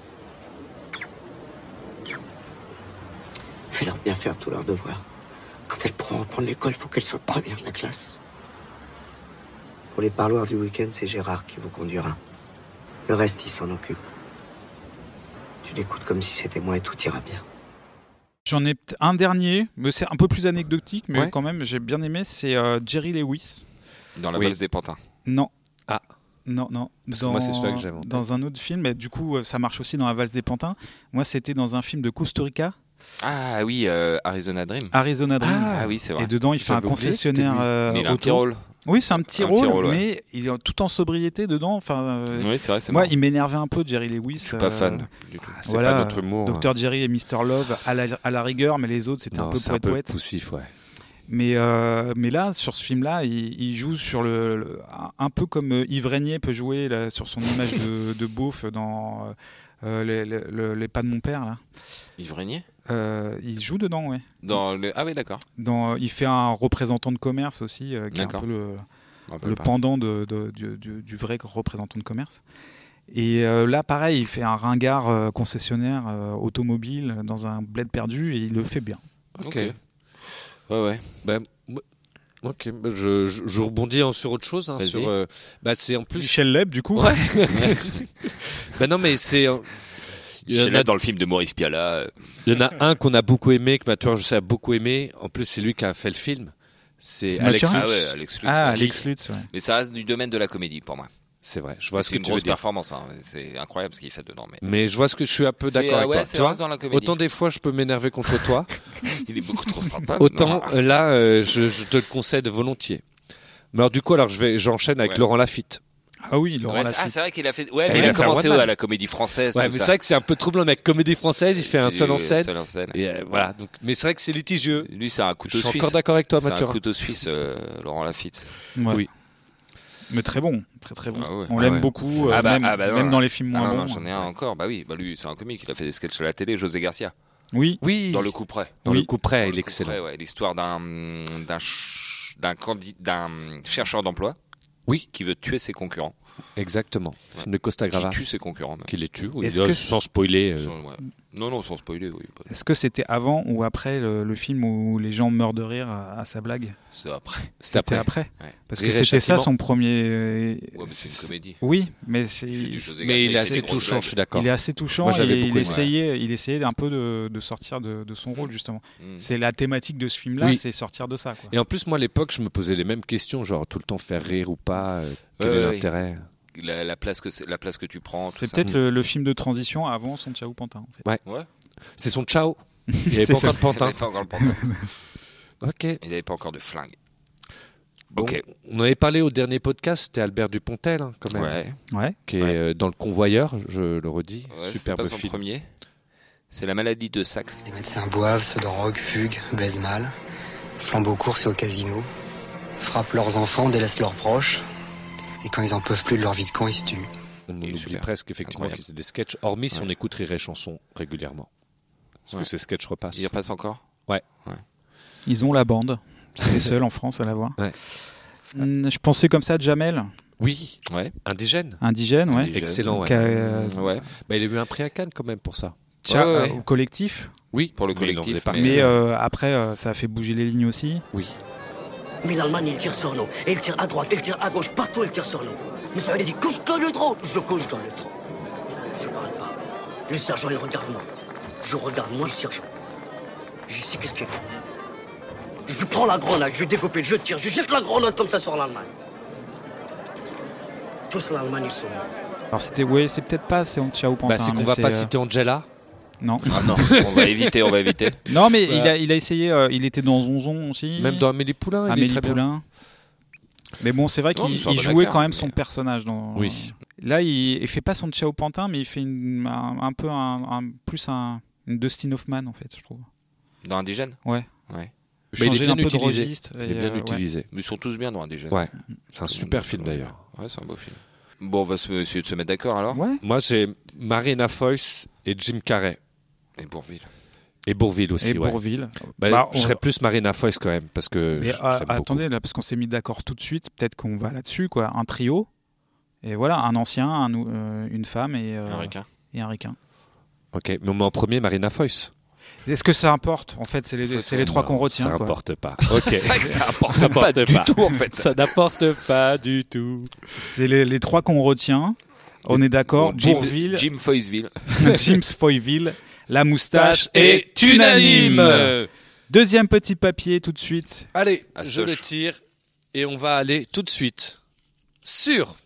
I: Fais-leur bien faire tous leurs devoirs. Quand elles pourront reprendre l'école, faut qu'elles soient premières de la classe. Pour les parloirs du week-end, c'est Gérard qui vous conduira. Le reste, il s'en occupe. Tu l'écoutes comme si c'était moi et tout ira bien.
C: J'en ai peut-être un dernier, mais c'est un peu plus anecdotique, mais
E: Ouais.
C: quand même, j'ai bien aimé. C'est euh, Jerry Lewis.
D: Dans la
E: Oui.
D: valse des pantins.
C: Non.
E: Ah.
C: Non, non.
E: que moi, c'est celui-là que j'avais en tête.
C: Dans un autre film, et du coup, euh, ça marche aussi dans La valse des pantins. Moi, c'était dans un film de Costa Rica,
D: Ah oui, euh, Arizona Dream.
C: Arizona Dream.
D: Ah oui, c'est vrai.
C: Et dedans, il fait un
E: J'avais oublié que c'était
C: concessionnaire
E: lui.
C: euh,
D: Mais il a un petit
C: auto.
D: rôle.
C: Oui, c'est un petit
D: Un
C: rôle,
D: petit rôle, ouais.
C: mais il est tout en sobriété dedans. Enfin, euh,
D: Oui, c'est vrai, c'est
C: moi,
D: marrant.
C: il m'énervait un peu, Jerry Lewis.
D: Je suis pas fan euh, du tout.
E: C'est
C: Ah, Voilà,
E: pas notre humour. hein.
C: Docteur Jerry et Mister Love à la, à la rigueur, mais les autres c'était un
E: Non,
C: peu
E: c'est un peu
C: poète-poète.
E: poussif, ouais.
C: Mais, euh, mais là, sur ce film-là, il, il joue sur le, le- un- un peu comme euh, Yves Régnier peut jouer là, sur son image de, de beauf dans euh, les, les- les- les pas de mon père. Là.
D: Yves Régnier
C: Euh, il joue dedans, ouais.
D: Dans le... Ah oui, d'accord.
C: Dans, il fait un représentant de commerce aussi, euh, qui est un
D: D'accord.
C: peu le,
D: Je m'en rappelle
C: le
D: pas.
C: pendant de- de- du, du- du vrai représentant de commerce. Et euh, là, pareil, il fait un ringard euh, concessionnaire euh, automobile dans un bled perdu et il le fait bien.
E: Ok.
D: Ok. Ouais, ouais.
E: Ben, moi- ok, ben, je, je- je rebondis en- sur autre chose. hein,
D: Vas-y.
E: sur, euh, bah, c'est en plus.
C: Michel Leb, du coup.
E: Ouais. ben non, mais c'est. euh, Il y en
D: C'est là
E: a-
D: dans le film de Maurice Piala. euh,
E: Il y en a un qu'on a beaucoup aimé, que Mathieu je sais a beaucoup aimé. En plus, c'est lui qui a fait le film. C'est
C: C'est
E: Alex
C: Mathieu
D: Ah
E: Lutz.
D: ouais, Alex Lutz.
C: Ah,
D: ouais.
C: Alex Lutz, ouais.
D: Mais ça reste du domaine de la comédie pour moi.
E: C'est vrai. Je vois ce
D: C'est
E: que
D: une
E: tu veux
D: grosse
E: dire.
D: performance. hein. C'est incroyable ce qu'il fait dedans. Mais
E: Mais je vois ce que je suis un peu
D: C'est,
E: d'accord
D: euh,
E: avec
D: ouais,
E: toi.
D: c'est
E: Tu vois,
D: rose dans la comédie.
E: autant des fois, je peux m'énerver contre toi.
D: il est beaucoup trop sympa.
E: Autant
D: Ah, non.
E: euh, là, euh, je, je te le concède volontiers. Mais alors, du coup, alors je vais, j'enchaîne avec
D: Ouais.
E: Laurent Lafitte.
C: Ah oui, Laurent
D: Ouais, c'est- ah,
C: Lafitte.
D: c'est vrai qu'il a fait. Ouais,
E: Et
D: mais
E: il
D: il a
E: a fait
D: commencé
E: One Man.
D: ouais, à la comédie française.
E: Ouais, mais
D: tout
E: c'est
D: ça.
E: vrai que c'est un peu troublant, mec. Comédie française, il fait un
D: C'est
E: seul en
D: du-
E: scène.
D: seul en scène.
E: Et, euh, voilà. Donc, mais c'est vrai que c'est litigieux.
D: Lui, c'est un
E: Je
D: couteau
E: suis
D: suisse.
E: encore d'accord avec toi,
D: C'est
E: Mathieu.
D: un couteau suisse, euh, Laurent Lafitte.
C: Ouais.
E: Oui.
C: Mais très bon, très très bon.
D: Ah ouais.
C: On
D: Ah
C: l'aime
D: ouais.
C: beaucoup, euh,
D: Ah bah-
C: même,
D: ah bah non,
C: même
D: non.
C: dans les films
D: Ah
C: moins
D: non, non,
C: bons.
D: j'en ai un encore. Bah oui, bah lui, c'est un comique. Il a fait des sketchs à la télé. José Garcia.
C: Oui,
E: Oui.
D: Dans le coup près.
E: Dans
C: Oui.
E: le coup près, Ah, il
D: Le
E: est
D: coup
E: excellent.
D: près, ouais, L'histoire d'un mm, d'un ch- d'un candi- d'un chercheur d'emploi.
E: Oui.
D: Qui veut tuer ses concurrents.
E: Exactement. Film de Costa
D: Qui
E: Gravas.
D: tue ses concurrents. même.
E: Qui les tue. oui.
C: Est-ce
E: Euh,
C: que
E: Sans spoiler. euh,
D: Sans- ouais. Non, non, sans spoiler. Oui. Bah,
C: Est-ce que c'était avant ou après le, le film où les gens meurent de rire à, à sa blague
D: C'est après.
E: C'était après.
C: après.
D: Ouais.
C: Parce
E: Rire
C: que
E: et
C: c'était ça
E: châtiment.
C: son premier. euh,
D: Ouais, mais c'est une comédie.
C: Oui, mais
D: C'est
C: c'est.
D: du José Garcia,
E: Mais il est
D: fait
E: assez
D: des grosses
E: touchant,
D: blagues.
E: je suis d'accord.
C: Il est assez touchant
E: Moi, j'avais
C: et il
E: beaucoup aimé.
C: essayait, il essayait un peu de, de sortir de, de son rôle justement.
D: Mm.
C: C'est la thématique de ce film-là,
E: Oui.
C: c'est sortir de ça. Quoi.
E: Et en plus, moi, à l'époque, je me posais les mêmes questions, genre tout le temps faire rire ou pas, euh, quel
D: Ouais,
E: est
D: ouais,
E: l'intérêt
D: la, la place que c'est- la place que tu prends. tout
C: C'est
D: ça.
C: peut-être le, le film de transition avant Son Chao Pantin. En fait.
D: Ouais.
E: C'est son ciao. Il n'y avait
C: C'est
E: pas
C: ça.
E: encore de
D: Il
E: pantin.
D: n'avait pas encore le pantin.
E: Ok.
D: Il n'avait pas encore de flingue.
E: Bon,
D: Ok.
E: On avait parlé au dernier podcast, c'était Albert Dupontel, hein, quand même,
D: Ouais.
C: Ouais.
E: qui est
D: Ouais.
E: euh, dans le convoyeur, je le redis.
D: c'est pas
E: Superbe
D: son
E: film.
D: premier. C'est la maladie de Saxe.
I: Les médecins boivent, se droguent, fuguent, baisent mal, flambeaux courses au casino, frappent leurs enfants, délaissent leurs proches, et quand ils en peuvent plus de leur vie de con, ils se tuent.
E: On
D: Il est
E: oublie
D: super.
E: presque effectivement
D: Incroyable.
E: qu'il faisait des sketchs, hormis si
D: Ouais.
E: on écoute Rire et Chanson régulièrement. Parce
D: Ouais.
E: que ces sketchs repassent.
D: Il repasse encore
C: Ils ont la bande. C'est les seuls en France à l'avoir.
E: Ouais.
C: Mm, je pensais comme ça à Jamel,
E: Oui,
D: Ouais.
E: indigène.
C: indigène, ouais.
D: Indigène.
E: Excellent, ouais.
C: Qui a, euh,
D: Ouais.
E: Bah, il a eu un prix à Cannes quand même pour ça.
C: Tcha-
D: Ouais, ouais,
C: euh,
D: ouais.
C: au collectif.
E: Oui,
D: Pour le
E: mais il en
D: collectif,
E: faisait partie.
C: Mais euh, après, euh, ça a fait bouger les lignes aussi.
E: Oui.
K: Mais l'Allemagne, il tire sur nous. Et il tire à droite, il tire à gauche, partout, il tire sur nous. Nous avons dit, couche dans le trou. Je couche dans le trou. Je parle pas. Le sergent, il regarde moi. Je regarde moi, le sergent. Je sais qu'est-ce qu'il fait. Je prends la grenade, je découpe, je tire, je jette la grenade comme ça sur l'Allemagne. Tous l'Allemagne, ils sont morts.
C: Alors c'était, ouais, c'est peut-être pas c'est Ciao Pantin.
E: Bah, c'est qu'on
C: mais
E: va pas
C: euh,
E: citer Angela.
C: Non.
D: Ah non, on va éviter, on va éviter.
C: Non, mais il, a, il a essayé. euh, il était dans Zonzon aussi.
E: Même dans Amélie Poulain, il est
C: Amélie
E: très bien.
C: Poulain. Mais bon, c'est vrai
D: Non,
C: qu'il
D: mais c'est un
C: il
D: bon
C: jouait
D: acteur,
C: quand même
D: mais-
C: son personnage dans.
E: Oui.
C: Là, il, il fait pas son Ciao Pantin, mais il fait une- un, un peu un, un- plus un une Dustin Hoffman en fait, je trouve.
D: Dans Indigène
C: Ouais.
D: Ouais.
E: Mais il est
C: Changer
E: bien
C: un peu de
E: utilisé.
C: registre et,
E: Il est bien
C: euh, ouais.
E: utilisé.
D: Ils sont tous bien dans Indigène.
E: Ouais. C'est un super film d'ailleurs.
D: Ouais, c'est un beau film. Bon, on va se- essayer de se mettre d'accord alors.
C: Ouais.
E: Moi, j'ai Marina Foïs et Jim Carrey.
D: Et Bourville.
E: Et Bourville aussi,
C: Et
E: ouais.
C: Bourville.
E: Bah,
C: Bah,
E: je
C: on-
E: serais plus Marina Foïs quand même, parce que
C: Mais
E: je-
C: ah,
E: j'aime beaucoup.
C: attendez, là, parce qu'on s'est mis d'accord tout de suite, peut-être qu'on va là-dessus, quoi. Un trio, et voilà, un ancien, un nou- euh, une femme et, euh,
D: Un requin.
C: et un ricain.
E: Ok, mais on met en premier Marina Foïs.
C: Est-ce que ça importe En fait, c'est les,
D: Ça,
C: c'est
D: c'est
C: les trois
D: un-
C: qu'on retient.
E: Ça
C: quoi.
E: n'importe pas. Ok.
D: C'est vrai que ça apporte
E: Ça
D: pas
E: apporte
D: du
E: pas.
D: tout en fait.
E: ça n'apporte pas du tout.
C: C'est les, les trois qu'on retient. On est d'accord.
D: Bon, Jim,
C: Bourville,
D: Jim Foysville.
C: James Foyville, la moustache est unanime.
E: unanime.
C: Deuxième petit papier tout de suite.
E: Allez,
D: À
E: je
D: Soch.
E: le tire et on va aller tout de suite sur.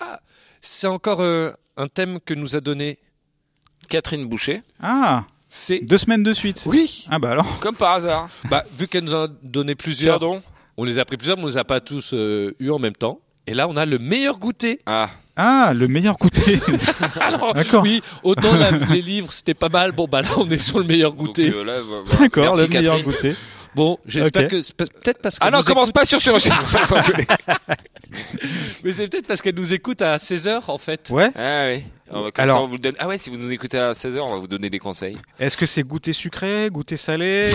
E: Ah, c'est encore euh, un thème que nous a donné.
D: Catherine Boucher.
C: Ah,
E: C'est.
C: deux semaines de suite.
E: Oui.
C: Ah bah alors.
D: Comme par hasard.
E: Bah, vu qu'elle nous en a donné plusieurs,
D: Pardon
E: on les a pris plusieurs, mais on les a pas tous euh, eu en même temps. Et là, on a le meilleur goûter.
D: Ah,
C: Ah, le meilleur côté.
E: Alors,
C: D'accord.
E: Oh, oui, autant la- les livres, c'était pas mal. Bon, bah là, on est sur le meilleur goûter.
D: donc, euh, là, voilà.
C: D'accord,
D: Merci,
C: le meilleur
D: Catherine.
C: goûter.
E: Bon, j'espère
C: Ok.
E: que c'est pe- peut-être parce qu'elle
D: Ah non,
E: nous
D: commence pas sur Surcharge. sans engueuler.
E: écoute- mais c'est peut-être parce qu'elle nous écoute à 16 h en fait.
C: Ouais.
D: Ah oui. On va- comme
C: Alors-
D: ça, on vous le donne. Ah ouais, si vous nous écoutez à 16h, on va vous donner des conseils.
C: Est-ce que c'est goûter sucré, goûter salé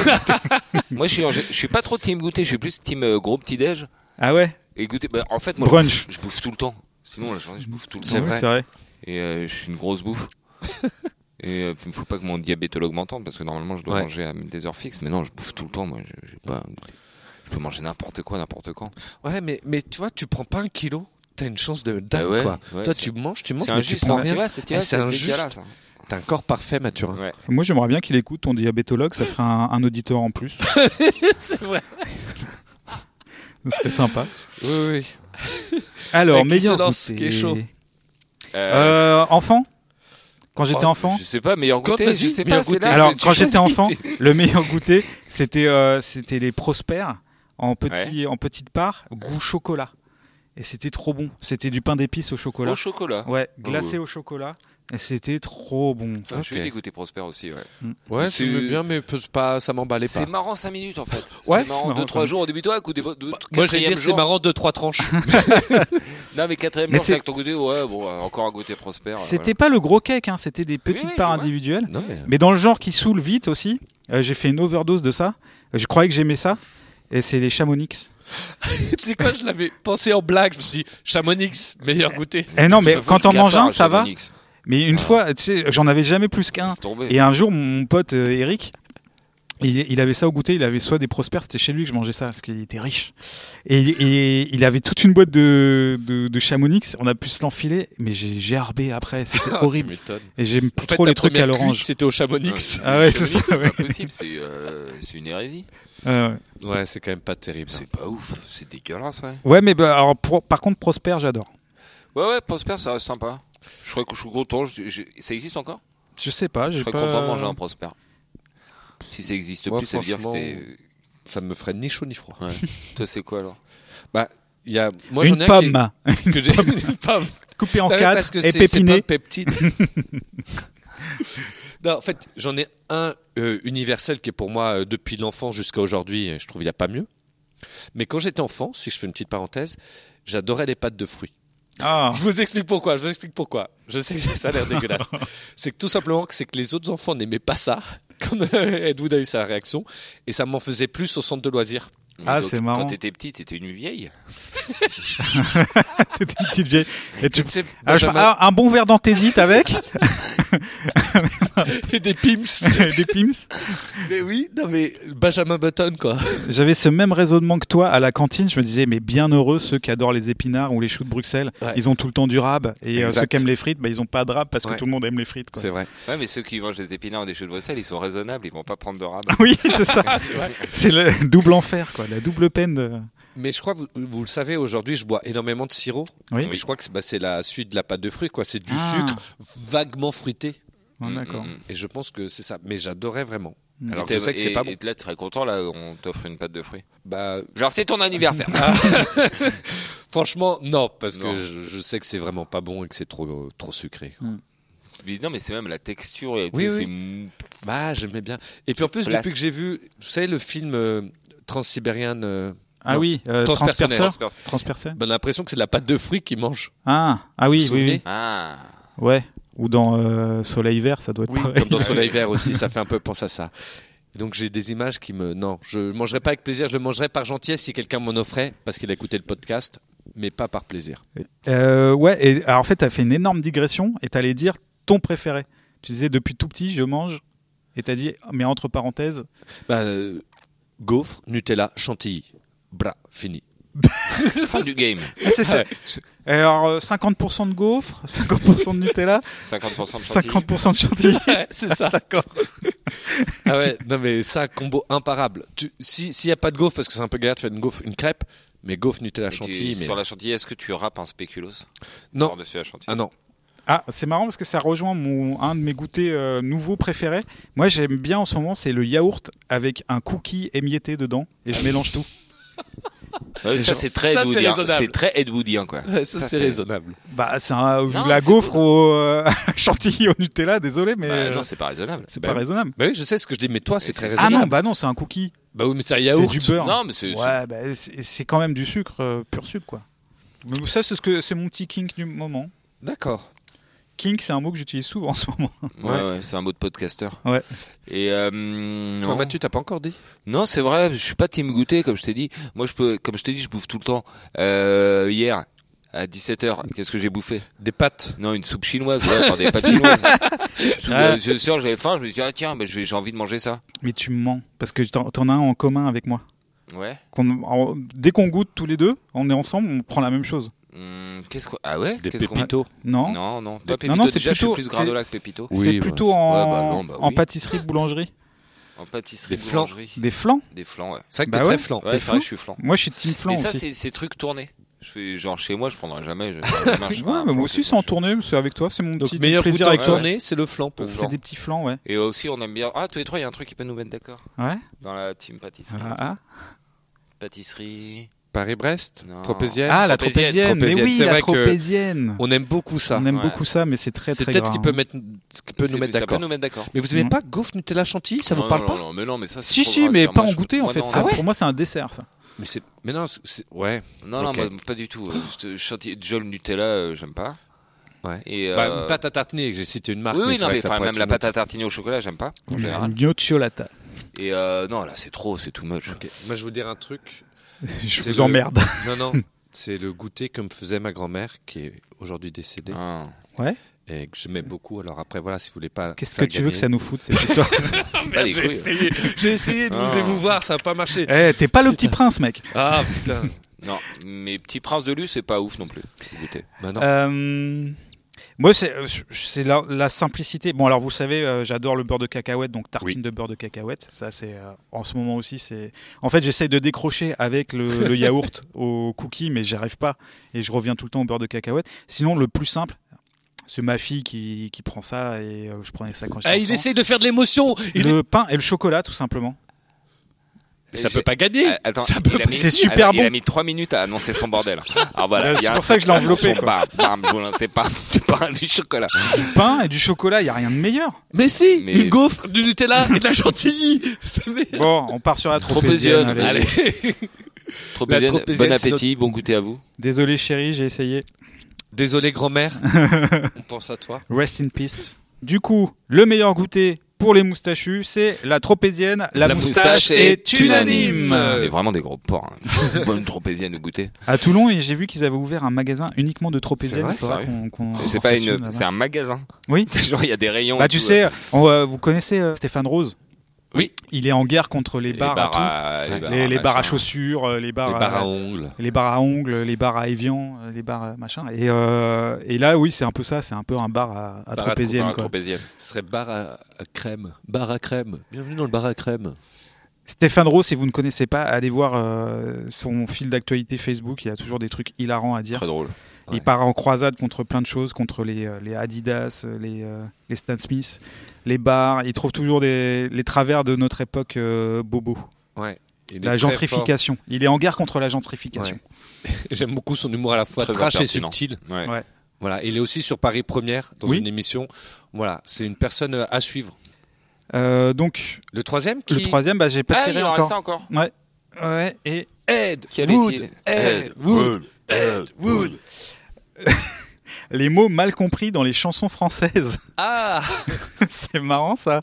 D: moi, je suis, en- je, je suis pas trop team goûter, je suis plus team euh, gros petit-déj.
C: Ah ouais.
D: Et goûter, bah, en fait, moi,
C: Brunch.
D: Je, je bouffe tout le temps. Sinon, la journée, je bouffe tout le
E: C'est
D: temps.
C: Oui,
E: vrai.
C: Ah C'est vrai.
D: Et euh, je suis une grosse bouffe. Et euh, il ne faut pas que mon diabétologue m'entende parce que normalement je dois
E: Ouais.
D: manger à des heures fixes. Mais non, je bouffe tout le temps. Moi, je, j'ai pas. Je peux manger n'importe quoi, n'importe quand.
E: Ouais, mais, mais tu vois, tu prends pas un kilo, t'as une chance de dingue,
D: Ah ouais,
E: quoi.
D: ouais,
E: Toi,
D: c'est-
E: tu manges, tu manges,
D: C'est
E: mais tu
D: injuste.
E: prends
D: hein, tu
E: rien.
D: vois, c'est, tu
E: Eh,
D: vois,
E: c'est
D: c'est
E: injuste.
D: dégueulasse, hein.
E: T'as un corps parfait, Mathurin.
C: Moi, j'aimerais bien qu'il écoute ton diabétologue, ça ferait un, un auditeur en plus.
E: C'est vrai.
C: Ce serait sympa.
E: Oui, oui.
C: Alors,
E: Avec qui
C: meilleur
E: se lance,
C: goûter.
E: qui est chaud
C: Euh, enfant Quand j'étais
D: Oh,
C: enfant
D: Je sais pas, meilleur
E: Quand-
D: goûter,
E: vas-y,
D: je sais
E: meilleur
D: pas. c'est
E: goûter.
D: là
C: Alors,
D: que tu
C: quand j'étais
D: choisis.
C: enfant, le meilleur goûter, c'était euh, c'était les prospères en, petit, en petite part, goût chocolat. Et c'était trop bon. C'était du pain d'épices au chocolat.
D: Au chocolat.
C: Ouais,
D: Oh.
C: glacé au chocolat. Et c'était trop bon.
D: Ah, Je suis dégoûté Prosper aussi, ouais.
E: Ouais,
D: C'est-
E: j'aimais bien, mais peu- pas, ça m'emballait pas.
D: C'est marrant 5 minutes en fait.
E: Ouais,
D: c'est marrant
E: c'est marrant,
D: 2-3
E: ça.
D: jours au début, toi, coup des. deux-
E: Moi,
D: quatrième
E: j'allais dire, c'est
D: jour.
E: marrant, deux, trois tranches.
D: Non, mais quatrième
C: Mais
D: jour,
C: c'est-
D: c'est avec ton goûter, ouais, bon, euh, encore un goûter Prosper. euh,
C: C'était pas le gros cake, hein, c'était des petites
D: oui,
C: parts
D: je vois.
C: individuelles.
E: Non, mais-
C: mais... dans le genre qui saoule vite aussi, euh, j'ai fait une overdose de ça. Euh, Je croyais que j'aimais ça. Et c'est les chamonix.
E: tu sais quoi, je l'avais pensé en blague. Je me suis dit, Chamonix, meilleur goûter.
C: Eh non, mais
E: Ça fout
C: quand
E: le
C: on mange
E: cafard,
C: un, ça va.
E: Chamonix.
C: Mais
D: Ah.
C: une fois, tu sais, j'en avais jamais plus qu'un.
E: C'est tombé.
C: Hein. Et un jour, mon pote euh, Eric, il, il avait ça au goûter, il avait soit des prospères, c'était chez lui que je mangeais ça, parce qu'il était riche. Et, et il avait toute une boîte de, de, de chamonix, on a pu se l'enfiler, mais j'ai gerbé après, c'était
E: Ah, tu
C: horrible.
E: m'étonnes.
C: Et j'aime
E: En
C: plus
E: fait,
C: trop
E: ta
C: les trucs à
E: première
C: l'orange.
E: cuite, c'était au chamonix.
C: Ah ouais, c'est
D: Chamonix,
C: ça. ouais.
D: pas possible, c'est euh, c'est une hérésie.
C: Ah
E: ouais, c'est quand même pas terrible.
D: C'est pas ouf, c'est dégueulasse, ouais.
C: Ouais, mais bah, alors, pro- par contre, Prosper, j'adore.
D: Ouais, ouais, Prosper, ça reste sympa. Je crois que je suis content. je- je- ça existe encore
C: Je sais pas,
D: Je
C: j'ai
D: serais
C: pas.
D: content de manger un Prosper. Si ça existe
E: Moi,
D: plus, ça veut dire que
E: franchement,
D: c'était.
E: Ça me ferait ni chaud ni froid.
D: Toi, c'est quoi alors
E: Bah, il y a. Moi,
C: Une
E: j'en ai un qui-
C: pomme.
E: que
C: Une
E: j'ai-
C: pomme.
E: une pomme.
C: Coupée en
E: Non, mais
C: quatre
E: parce que
C: et
E: c'est- c'est
C: pépinée.
E: pas peptide. non, en fait, j'en ai un euh, universel qui est pour moi euh, depuis l'enfance jusqu'à aujourd'hui. et Je trouve il n'y a pas mieux. Mais quand j'étais enfant, si je fais une petite parenthèse, j'adorais les pâtes de fruits.
C: Ah.
E: Je vous explique pourquoi. Je vous explique pourquoi. Je sais que ça a l'air dégueulasse. c'est que tout simplement que c'est que les autres enfants n'aimaient pas ça. Comme euh, Ed Wood a eu sa réaction, et ça m'en faisait plus au centre de loisirs.
C: Ah, c'est marrant.
D: Quand t'étais petit, t'étais une vieille.
C: T'étais une petite vieille. Et tu...
E: Tu sais,
C: Ah, je-
E: Benjamin-
C: ah, un bon verre d'anthésite avec
E: Et des pims.
C: des pims.
E: Mais oui, non mais Benjamin Button quoi.
C: J'avais ce même raisonnement que toi à la cantine. Je me disais, mais bien heureux ceux qui adorent les épinards ou les choux de Bruxelles.
E: Ouais.
C: Ils ont tout le temps du rab. Et euh,
E: Exact.
C: ceux qui aiment les frites, bah, ils ont pas de rab parce
E: Ouais.
C: que tout le monde aime les frites. quoi.
E: vrai.
D: Ouais, mais ceux qui mangent des épinards ou des choux de Bruxelles, ils sont raisonnables, ils vont pas prendre de rab.
C: Oui, c'est ça.
E: Ah, C'est vrai.
C: c'est le double enfer, quoi. La double peine. de-
E: Mais je crois vous, vous le savez aujourd'hui, je bois énormément de sirop.
C: Oui.
E: Mais je crois que c'est- bah, c'est la suite de la pâte de fruits quoi. C'est du
C: Ah.
E: sucre vaguement fruité.
C: Ah, D'accord.
E: Et je pense que c'est ça. Mais j'adorais vraiment.
D: Alors
E: Alors c'est vrai que c'est
D: et-
E: pas bon.
D: Et là, tu serais content, là, on t'offre une pâte de fruits.
E: Bah
D: Genre, c'est ton anniversaire.
C: Ah.
E: franchement non parce
D: Non.
E: que je, je sais que c'est vraiment pas bon et que c'est trop trop sucré.
D: Mais non, mais c'est même la texture. Et
E: Oui,
D: tout,
E: oui.
D: c'est mou.
E: Bah j'aimais bien. Et puis en plus
D: flasque.
E: depuis que j'ai vu, vous savez le film euh, Transsibérienne, euh,
C: Ah
E: Non.
C: oui, euh,
E: Transpersonnel.
C: transperceur.
D: Transperceur.
C: Transperceur.
E: ben, on a l'impression que c'est de la pâte de fruits qu'ils mangent.
C: Ah, ah
E: Vous
C: oui,
E: vous
C: oui,
E: souvenez
C: oui.
D: Ah.
C: Ouais. Ou dans euh, Soleil Vert, ça doit être
E: Oui,
C: pareil.
E: comme dans Soleil Vert aussi, ça fait un peu penser à ça. Donc j'ai des images qui me... Non, je ne mangerai pas avec plaisir, je le mangerai par gentillesse si quelqu'un m'en offrait, parce qu'il a écouté le podcast, mais pas par plaisir.
C: Euh, ouais, et alors en fait, t'as fait une énorme digression et t'allais dire ton préféré. Tu disais depuis tout petit, je mange. Et t'as dit, mais entre parenthèses,
E: Bah, euh, gaufre, Nutella, chantilly. Bra, fini.
D: Fin du game.
C: Ah, c'est ça. Alors euh, 50% de gaufres, 50% de Nutella,
D: 50% de chantilly.
C: 50% de chantilly.
E: Ouais, c'est ça. D'accord. ah ouais, non mais ça, combo imparable. Tu- si- S'il n'y a pas de gaufre, parce que c'est un peu galère, tu fais une gaufre, une crêpe, mais gaufre, Nutella,
D: Et tu-
E: chantilly. Mais...
D: Sur la chantilly, est-ce que tu râpes un spéculoos
E: Non,
D: Par-dessus la chantilly.
E: ah non.
C: Ah, c'est marrant parce que ça rejoint mon un de mes goûters euh, nouveaux préférés. Moi, j'aime bien en ce moment, c'est le yaourt avec un cookie émietté dedans et je mélange tout.
D: Ouais, ça,
E: Genre,
D: c'est très
E: ça, c'est
D: Edwoodien.
E: raisonnable.
D: C'est très Edwoodien, quoi.
E: Ça, c'est raisonnable.
C: Bah, c'est un-
D: Non,
C: la
D: c'est
C: gaufre au euh, chantilly au Nutella, désolé mais
D: Bah,
C: euh,
D: non, c'est pas raisonnable.
C: c'est pas raisonnable.
E: Bah oui, je sais ce que je dis, mais toi, c'est
D: Et
E: très
D: c'est-
C: Ah
E: raisonnable.
C: non, bah non, c'est un cookie.
E: Bah oui, mais c'est un
C: C'est
E: yaourt.
C: du beurre.
D: Non, mais c'est.
C: Ouais, bah, c'est c'est quand même du sucre, euh, pur sucre, quoi. Mais ça, c'est ce que c'est mon petit kink du moment.
E: D'accord.
C: Kink, c'est un mot que j'utilise souvent en ce moment.
D: c'est- ouais, ouais, c'est un mot de podcasteur.
C: Ouais.
D: Et euh, non.
E: Toi, Mathieu, t'as pas encore dit
D: Non, c'est vrai, je suis pas team goûter, comme je t'ai dit. Moi, je peux, comme je t'ai dit, je bouffe tout le temps. Euh, hier, à 17h, qu'est-ce que j'ai bouffé
E: Des pâtes.
D: Non, une soupe chinoise, ouais, attendez, pas chinoise. Sou- euh, Ce soir, j'avais faim, je me suis dit, ah tiens, bah, je vais- j'ai envie de manger ça.
C: Mais tu me mens, parce que t'en t'en as un en commun avec moi.
D: Ouais.
C: Qu'on- en- dès qu'on goûte tous les deux, on est ensemble, on prend la même chose.
D: Hum, Qu'est-ce qu'on. Ah ouais
E: Des
D: Qu'est-ce qu'on-
E: Pépito.
C: Non.
D: Non, non.
C: Des-
D: Pas Pépito.
C: non, non, c'est
D: Déjà, je suis
C: plutôt-
D: plus
C: c'est-
D: Grandola que Pépito.
C: C'est plutôt en,
D: Ouais, bah non, bah
C: en
D: oui.
C: pâtisserie, boulangerie.
D: En pâtisserie,
E: Des flancs.
D: boulangerie.
C: Des flancs
D: Des flancs, ouais.
E: C'est vrai que
C: Bah
E: t'es
C: ouais.
E: très flanc.
C: Des
D: Ouais, c'est vrai
C: flancs
D: que je suis flanc.
C: Moi, je suis team flanc
D: Mais ça,
C: aussi.
D: c'est ces trucs tournés. Je fais, genre chez moi, je prendrais jamais. Je, ça marche,
C: Ouais, mais
D: un flanc,
C: moi aussi,
D: c'est
C: c'est en tournée, c'est avec toi, c'est mon
E: Donc
C: petit
E: meilleur
C: plaisir
E: plaisir à
C: avec toi.
E: tourner, c'est le flanc pour
D: Le
E: vous.
D: flanc.
C: C'est des petits flancs, ouais.
D: Et aussi, on aime bien. Ah, tous les trois, il y a un truc qui peut nous mettre d'accord
C: Ouais.
D: dans la team pâtisserie.
C: Ah, ah.
D: Pâtisserie.
E: Paris-Brest,
D: Non.
E: Tropézienne.
C: Ah, la
D: Tropézienne,
C: tropézienne, mais
E: Tropézienne,
C: oui,
E: c'est
C: la
E: vrai que-
C: tropézienne.
E: On aime beaucoup ça.
C: On aime
D: Ouais.
C: beaucoup ça, mais c'est très
E: C'est
C: très
E: peut-être ce
C: grave,
E: qui peut,
C: hein.
E: mettre, ce qui peut nous
D: C'est-
E: mettre
D: Ça peut
E: d'accord.
D: nous mettre d'accord.
E: Mais vous aimez
C: Non.
E: pas gaufre, Nutella, chantilly Ça vous
D: Non,
E: parle
D: non,
E: pas
D: non, mais non, mais ça, c'est
C: Si
D: trop
C: si,
D: grave,
C: mais
D: ça.
C: pas
D: Moi,
C: en
D: je-
C: goûter en
D: moi,
C: fait. Ah
D: non,
C: ça.
D: non.
E: ouais
C: Pour moi, c'est un dessert ça.
E: Mais c'est. Mais non, c'est- c'est- ouais.
D: Non, non,
E: Ok.
D: moi, pas du tout. Euh, Chantilly, Jol Nutella, euh, j'aime pas.
E: Ouais.
D: Et,
E: Bah,
D: euh,
E: une pâte à tartiner, que j'ai cité une marque.
D: oui, oui,
E: c'est
D: non,
E: vrai
D: mais
E: que ça
D: enfin,
E: pourrait
D: même
E: être
D: la
E: une
D: pâte à tartiner au chocolat, j'aime pas. en général.
C: Gnocchiolata.
D: Et euh, non, là, c'est trop, c'est too much.
E: autre. Ok. Moi, je vais vous dire un truc.
C: Je
E: C'est
C: vous
E: le-
C: emmerde.
E: Non, non. C'est le goûter que me faisait ma grand-mère, qui est aujourd'hui décédée,
D: Ah.
E: et que j'aimais beaucoup. Alors après, voilà, si vous voulez pas.
C: Qu'est-ce que
E: faire
C: tu veux
E: gagner-
C: que ça nous foute cette histoire
D: Bah, les
E: J'ai
D: couilles.
E: essayé, j'ai essayé de vous
D: Ah.
E: émouvoir, ça n'a pas marché.
C: Eh, t'es pas le petit prince, mec.
E: Ah putain.
D: Non, mais Petit Prince de Luz, c'est pas ouf non plus. Goûter.
E: Bah, non.
C: Euh, Moi, c'est euh, c'est la, la simplicité. Bon, alors vous le savez, euh, j'adore le beurre de cacahuète, donc tartine
E: Oui.
C: de beurre de cacahuète. Ça, c'est euh, en ce moment aussi. C'est en fait, j'essaye de décrocher avec le, le yaourt au cookie, mais j'y arrive pas et je reviens tout le temps au beurre de cacahuète. Sinon, le plus simple, c'est ma fille qui, qui prend ça et euh, je prenais ça quand j'étais
E: Ah, il
C: enfant.
E: essaye de faire de l'émotion. Il
C: le pain et le chocolat, tout simplement.
E: Mais ça
D: Et
E: peut
D: j'ai-
E: pas gagner.
D: Ah, attends,
E: ça
D: il
E: peut
D: a
E: pas-
D: mis-
C: c'est
D: il a-
C: super
D: Il
C: bon. Ah,
D: a mis 3 minutes à annoncer son bordel. Alors
C: Ouais,
D: voilà, il y a
C: c'est
D: un
C: pour ça que je l'ai
D: truc-
C: enveloppé,
D: attention,
C: quoi.
D: Bam, bam, je vous lance, c'est pas du pain, du chocolat.
C: Pain et du chocolat, il y a rien de meilleur.
E: Mais si,
D: Mais-
E: une gaufre, du Nutella et de la chantilly. C'est meilleur.
C: Bon, on part sur la
D: Tropézienne,
C: tropézienne. allez.
E: Allez.
D: Tropézienne,
E: Tropézienne,
D: bon
E: c'est notre-
D: appétit, bon goûter à vous.
C: Désolé, chérie, j'ai essayé.
E: Désolé grand-mère. On pense à toi.
C: Rest in peace. Du coup, le meilleur goûter pour les moustachus, c'est la tropézienne. La, moustache, est unanime.
D: Et vraiment des gros porcs. hein. Bonne Tropézienne au goûter.
C: À Toulon, et j'ai vu qu'ils avaient ouvert un magasin uniquement de tropéziennes.
D: vrai,
C: Il faudra qu'on-
D: sérieux
C: qu'on-
D: Et C'est
C: qu'on
D: pas
C: fasse là-bas.
D: une, c'est un magasin.
C: Oui.
D: C'est genre il y a des rayons.
C: Bah
D: et
C: tu
D: tout,
C: sais, on, euh, vous connaissez euh, Stéphane Rose.
E: Oui.
C: Il est en guerre contre les,
D: les
C: bars, à tout.
D: à- les
C: les,
D: bars,
C: les bars à
D: machin.
C: chaussures, euh, les bars,
E: Les barres
C: à-
E: à ongles.
C: les bars à ongles, les bars à Evian, euh, les bars à machin. Et, euh, et là, oui, c'est un peu ça, c'est un peu un bar à, à
E: Bar à
C: tropézienne.
D: Bars à
C: quoi.
D: Tropézienne.
E: Ce serait bar à, à crème. Bar à crème. Bienvenue dans le bar à crème.
C: Stéphane Rowe, si vous ne connaissez pas, allez voir euh, son fil d'actualité Facebook. Il y a toujours des trucs hilarants à dire.
D: Très drôle.
E: ouais.
C: Il part en croisade contre plein de choses, contre les, euh, les Adidas, euh, les, euh, les Stan Smith, les bars. Il trouve toujours des- les travers de notre époque euh, bobo.
E: Ouais. Il est
C: La
E: très fort.
C: gentrification. Il est en guerre contre la gentrification.
E: J'aime beaucoup son humour à la fois
D: Très
E: trash et
D: impertinent.
E: subtil.
D: Ouais.
C: Ouais.
E: Voilà, il est aussi sur Paris Première dans
C: Oui.
E: une émission. Voilà, c'est une personne euh, à suivre.
C: Euh, donc,
E: Le troisième qui
C: le troisième, bah, j'ai pas
D: Ah,
C: tiré
D: il en reste
C: encore.
D: un encore.
C: Ouais. Ouais, et
E: Ed
D: Quel
E: Wood,
D: est-il
E: Ed Wood, Ed Wood.
C: les mots mal compris dans les chansons françaises.
E: Ah
C: c'est marrant ça.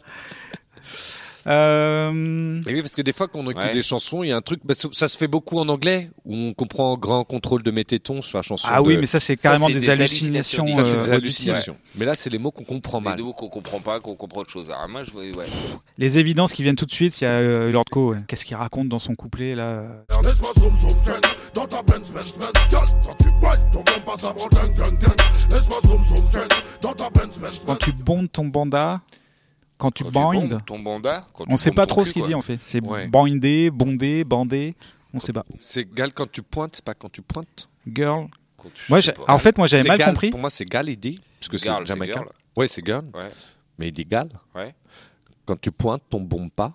C: Euh,
E: Et oui, parce que des fois, quand on écoute
D: Ouais.
E: des chansons, il y a un truc. bah, ça, ça se fait beaucoup en anglais, où on comprend grand contrôle de mes tétons sur la chanson.
C: Ah
E: de-
C: oui, mais ça c'est
D: Ça,
C: carrément
D: c'est
C: des,
D: des
C: hallucinations.
D: hallucinations,
E: ça, c'est
C: euh,
E: des
C: auditives.
E: hallucinations. Mais là, c'est les mots qu'on comprend
D: Des
E: mal.
D: mots qu'on comprend pas, qu'on comprend autre chose. Alors moi je vois- ouais.
C: Les évidences qui viennent tout de suite, il y a euh, Lord Co. ouais. Qu'est-ce qu'il raconte dans son couplet là euh,
L: Laisse-moi zoom zoom zen dans ta Benz Benz Benz gueule quand tu boites ton bon passe avant gang gang gang laisse-moi zoom zoom zen dans ta Benz Benz
C: Quand
L: Benz
C: tu bondes ton banda, quand tu
D: Quand tu
C: bindes,
D: bombes ton banda. quand tu
C: on sait
D: bombes
C: pas
D: ton
C: trop
D: cul,
C: ce qu'il
D: quoi.
C: dit en fait. C'est
E: Ouais.
C: bindé, bondé, bandé, on sait pas.
E: C'est gal quand tu pointes, c'est pas quand tu pointes.
C: Girl.
D: Quand tu-
C: Moi,
D: je sais
C: j'ai-
D: pas.
C: en fait, moi j'avais
E: C'est
C: mal
E: gal,
C: compris.
E: Pour moi, c'est gal, il dit. Parce que c'est
D: Girl, c'est
E: jamaïcain.
D: girl.
E: Ouais, c'est gal.
D: Ouais.
E: Mais il dit gal.
D: Ouais.
E: Quand tu pointes ton bon pas.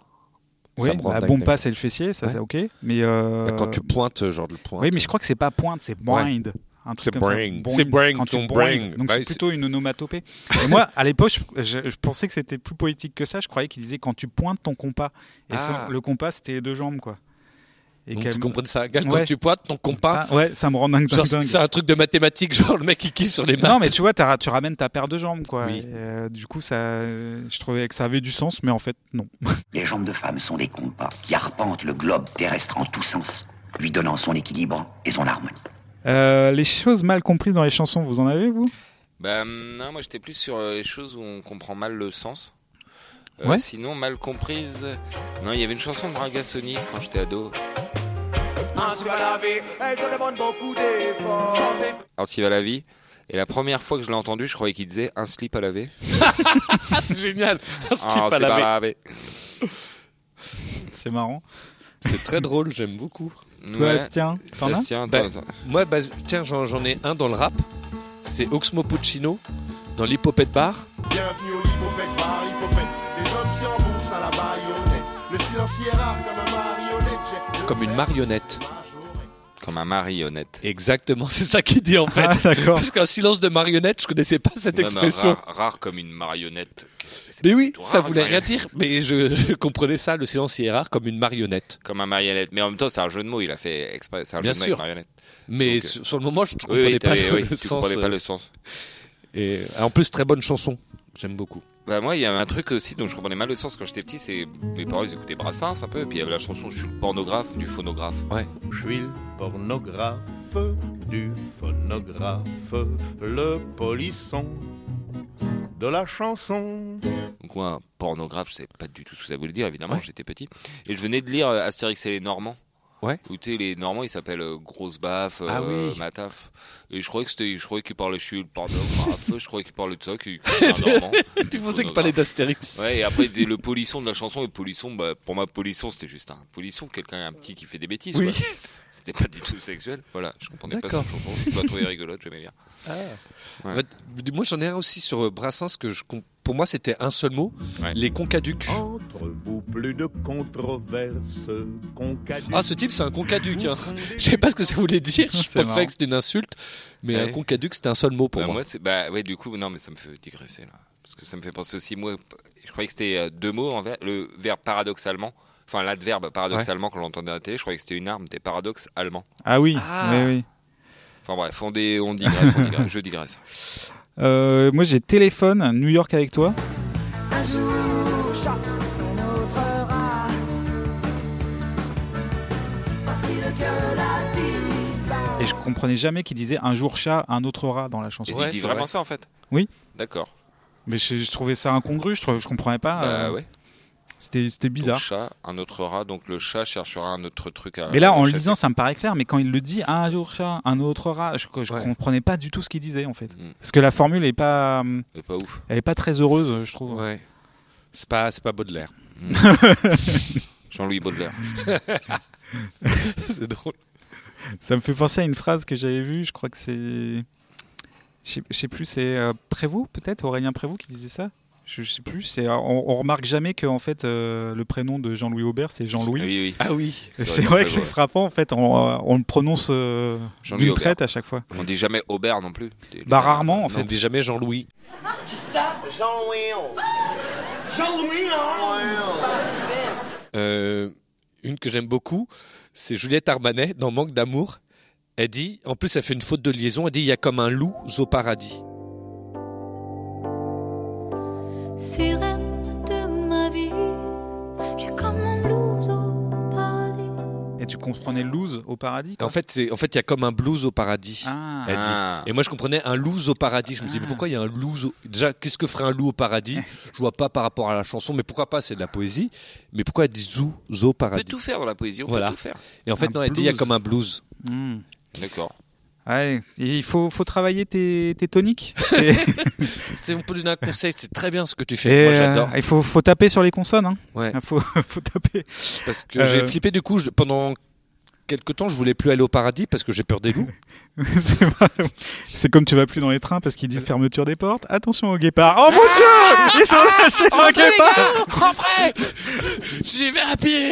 C: Oui,
E: ça me rend
C: la
E: dingue,
C: bombe
E: dingue.
C: pas, c'est le fessier, ça
E: Ouais.
C: c'est ok. Mais euh,
E: Bah, Quand tu pointes, genre de pointe.
C: oui, mais je crois que c'est pas pointe, c'est
E: Ouais.
C: bind. Un
E: C'est
C: truc comme ça.
E: bring.
C: Bind.
E: C'est bring,
C: Quand tu
E: ton
C: bind.
E: bring.
C: Donc
E: Ouais,
C: c'est
E: c'est-
C: plutôt une onomatopée. Et moi, à l'époque, je, je- je pensais que c'était plus poétique que ça. Je croyais qu'il disait quand tu pointes ton compas. Et
E: Ah.
C: ça, le compas, c'était les deux jambes, quoi. Et
E: Donc
C: qu'elle-
E: tu comprends ça. Gal, quand
C: Ouais.
E: tu pointes, ton compas.
C: Ah, ouais, ça me rend dingue, dingue,
E: Genre,
C: dingue.
E: c'est un truc de mathématiques, genre le mec qui kiffe sur les maths.
C: Non, mais tu vois, t'as- tu ramènes ta paire de jambes, quoi.
E: Oui.
C: Et, euh, du coup, ça, euh, je trouvais que ça avait du sens, mais en fait, non.
I: Les jambes de femmes sont des compas qui arpentent le globe terrestre en tous sens, lui donnant son équilibre et son harmonie.
C: Euh, les choses mal comprises dans les chansons, vous en avez, vous
D: Bah, hum, non, moi j'étais plus sur euh, les choses où on comprend mal le sens. Euh,
C: Ouais.
D: Sinon, mal comprise. Non, il y avait une chanson de Bragasonic quand j'étais ado.
J: Oh,
M: Ainsi va la vie, elle te demande beaucoup d'efforts.
D: Ainsi va la vie. Et la première fois que je l'ai entendu, je croyais qu'il disait un slip à laver.
E: c'est génial. Un slip
D: Ah,
E: à laver.
C: C'est marrant.
E: C'est très drôle, j'aime beaucoup.
C: Toi, Ouais. Astien, t'en as Astien,
E: Bah,
D: t'en- t'en-
E: Moi, bah, tiens, j'en j'en ai un dans le rap. C'est Oxmo Puccino dans l'Hippopète Bar.
L: Bienvenue au Hippopèque par Hippopète. Les hommes s'y remboursent à la baïonnette. Le silence y est rare comme un marionnette. J'ai-
E: Comme une marionnette.
D: Comme un marionnette.
E: Exactement, c'est ça qu'il dit en fait. Parce qu'un silence de marionnette, je connaissais pas cette
D: Non, non,
E: expression.
D: rare, rare comme une marionnette. Qu'est-ce que c'est
E: mais oui,
D: plutôt
E: ça
D: rare,
E: voulait
D: une
E: rien
D: marionnette.
E: dire, mais je, je comprenais ça, le silence il est rare, comme une marionnette.
D: Comme un marionnette. Mais en même temps, c'est un jeu de mots. Il a fait exprès. C'est un
E: Bien
D: jeu de mots
E: sûr.
D: avec marionnette.
E: Mais sur, sur le moment, je ne
D: Oui,
E: comprenais
D: oui,
E: pas,
D: t'avais-
E: le
D: oui, tu
E: sens,
D: comprenais pas
E: euh.
D: le sens.
E: Et euh, en plus, très bonne chanson, j'aime beaucoup.
D: Bah moi, il y a un truc aussi dont je comprenais mal le sens quand j'étais petit, c'est mes parents ils écoutaient Brassens un peu, et puis il y avait la chanson Je suis le pornographe du phonographe.
E: Ouais.
N: Je suis le pornographe du phonographe, le polisson de la chanson.
D: Donc moi, un pornographe, je savais pas du tout ce que ça voulait dire, évidemment, j'étais petit. Et je venais de lire euh, Astérix et les Normands.
E: Ouais.
D: Où tu sais, les Normands, ils s'appellent euh, Grosse Baffe,
E: Ah
D: euh,
E: oui.
D: Mataf. Et je croyais que c'était, je croyais qu'ils parlaient, je suis le pornographe, je croyais qu'ils parlaient de ça, qu'ils qu'ils étaient un Normand.
E: Tu
D: du
E: pensais qu'il
D: phonographe.
E: parlait d'Astérix.
D: Ouais, et après, il disait le polisson de la chanson. Et polisson, bah, pour moi, polisson, c'était juste un polisson, quelqu'un, un petit qui fait des bêtises.
E: Oui.
D: quoi. C'était pas du tout sexuel. Voilà, je comprenais pas
E: D'accord.
D: cette chanson. Je la trouvais rigolote, j'aimais bien. Ouais.
E: Bah, moi, j'en ai un aussi sur euh, Brassens que je com- pour moi, c'était un seul mot les concaducs.
N: Entre vous, plus de controverse, concaduc.
E: Ah, ce type, c'est un concaduc. Hein. Je sais pas ce que ça voulait dire. Je
D: C'est
E: pensais
D: marrant.
E: que c'était une insulte, mais un
D: Ouais.
E: concaduc, c'était un seul mot pour
D: Bah,
E: moi.
D: moi, c'est, bah, ouais, du coup, non, mais ça me fait digresser, là. Parce que ça me fait penser aussi, moi, je croyais que c'était euh, deux mots, en ver- le verbe paradoxalement. Enfin, l'adverbe paradoxalement, quand l'entendait à la télé, je croyais que c'était une arme des paradoxes allemands.
C: Ah oui, mais oui.
D: Enfin, bref, on, dé- on digresse, on digresse, je digresse.
C: Euh, moi j'ai téléphone, New York avec toi.
M: Un jour, chat, un autre rat. Voici le cœur de la vie.
C: Et je comprenais jamais qu'il disait un jour chat, un autre rat dans la chanson.
D: Et il dit vraiment ça, en fait.
C: Oui,
D: D'accord.
C: mais je, je trouvais ça incongru, je, trou- je comprenais pas.
D: Bah,
C: euh,
D: ouais.
C: C'était c'était bizarre.
D: Donc, euh, chat, un autre rat, donc le chat cherchera un autre truc à.
C: Mais là, en
D: à chasser.
C: lisant, ça me paraît clair, mais quand il le dit, un jour chat, un autre rat, je, je comprenais pas du tout ce qu'il disait en fait.
D: Mm.
C: Parce que la formule est pas, hum,
D: Elle est Euh, pas ouf.
C: Elle est pas très heureuse, je trouve.
E: Ouais. C'est pas, c'est pas Baudelaire.
D: Jean-Louis Baudelaire.
E: c'est drôle.
C: Ça me fait penser à une phrase que j'avais vue, je crois que c'est. Je sais- je sais plus, c'est euh, Prévost, peut-être, Aurélien Prévost qui disait ça Je je sais plus. c'est euh, On, on remarque jamais que en fait, euh, le prénom de Jean-Louis Aubert, c'est Jean-Louis.
D: Ah oui, oui.
E: Ah oui.
C: Et
D: C'est
C: C'est
D: Aurélien
C: vrai que c'est
D: Prévost, ouais.
C: frappant, en fait, on, euh, on le prononce euh,
D: Jean-Louis
C: d'une
D: Aubert.
C: traite à chaque fois.
D: On dit jamais Aubert non plus. Des-
C: Bah, rarement, en fait.
E: On dit jamais Jean-Louis.
M: C'est ça Jean-Louis. Jean-Louis.
E: Euh, une que j'aime beaucoup, c'est Juliette Armanet dans Manque d'amour. Elle dit, en plus, elle fait une faute de liaison. Elle dit, il y a comme un loup au paradis.
M: Sirène de ma vie, j'ai comme un blues au paradis.
C: Et tu comprenais Loose au paradis
E: En fait, c'est en fait il y a comme un blues au paradis.
C: Ah.
E: elle dit.
C: Ah.
E: Et moi je comprenais un loose au paradis. Je me dis mais pourquoi il y a un loose au- Déjà qu'est-ce que ferait un loup au paradis Je vois pas par rapport à la chanson, mais pourquoi pas C'est de la poésie. Mais pourquoi elle dit zouz au
D: On peut
E: paradis
D: tout faire dans la poésie, on
E: Voilà.
D: peut tout faire.
E: Et en fait
C: Un
E: non, elle dit il y a
C: blues.
E: comme un blues.
C: Hmm.
D: D'accord.
C: Ouais, et il faut, faut travailler tes, tes toniques. Tes-
E: C'est on peut donner un conseil. C'est très bien ce que tu fais.
C: Et,
E: moi
C: euh,
E: j'adore.
C: il faut, faut taper sur les consonnes. Hein.
E: Ouais.
C: Il faut, faut taper.
E: Parce que
C: Euh,
E: j'ai flippé du coup je- pendant quelques temps je voulais plus aller au paradis parce que j'ai peur des loups.
C: c'est pas- c'est comme tu vas plus dans les trains parce qu'il dit fermeture des portes. Attention au guépard. Oh mon
E: Ah
C: dieu Ils sont lâchés le guépard
E: Rentrez J'y vais à pied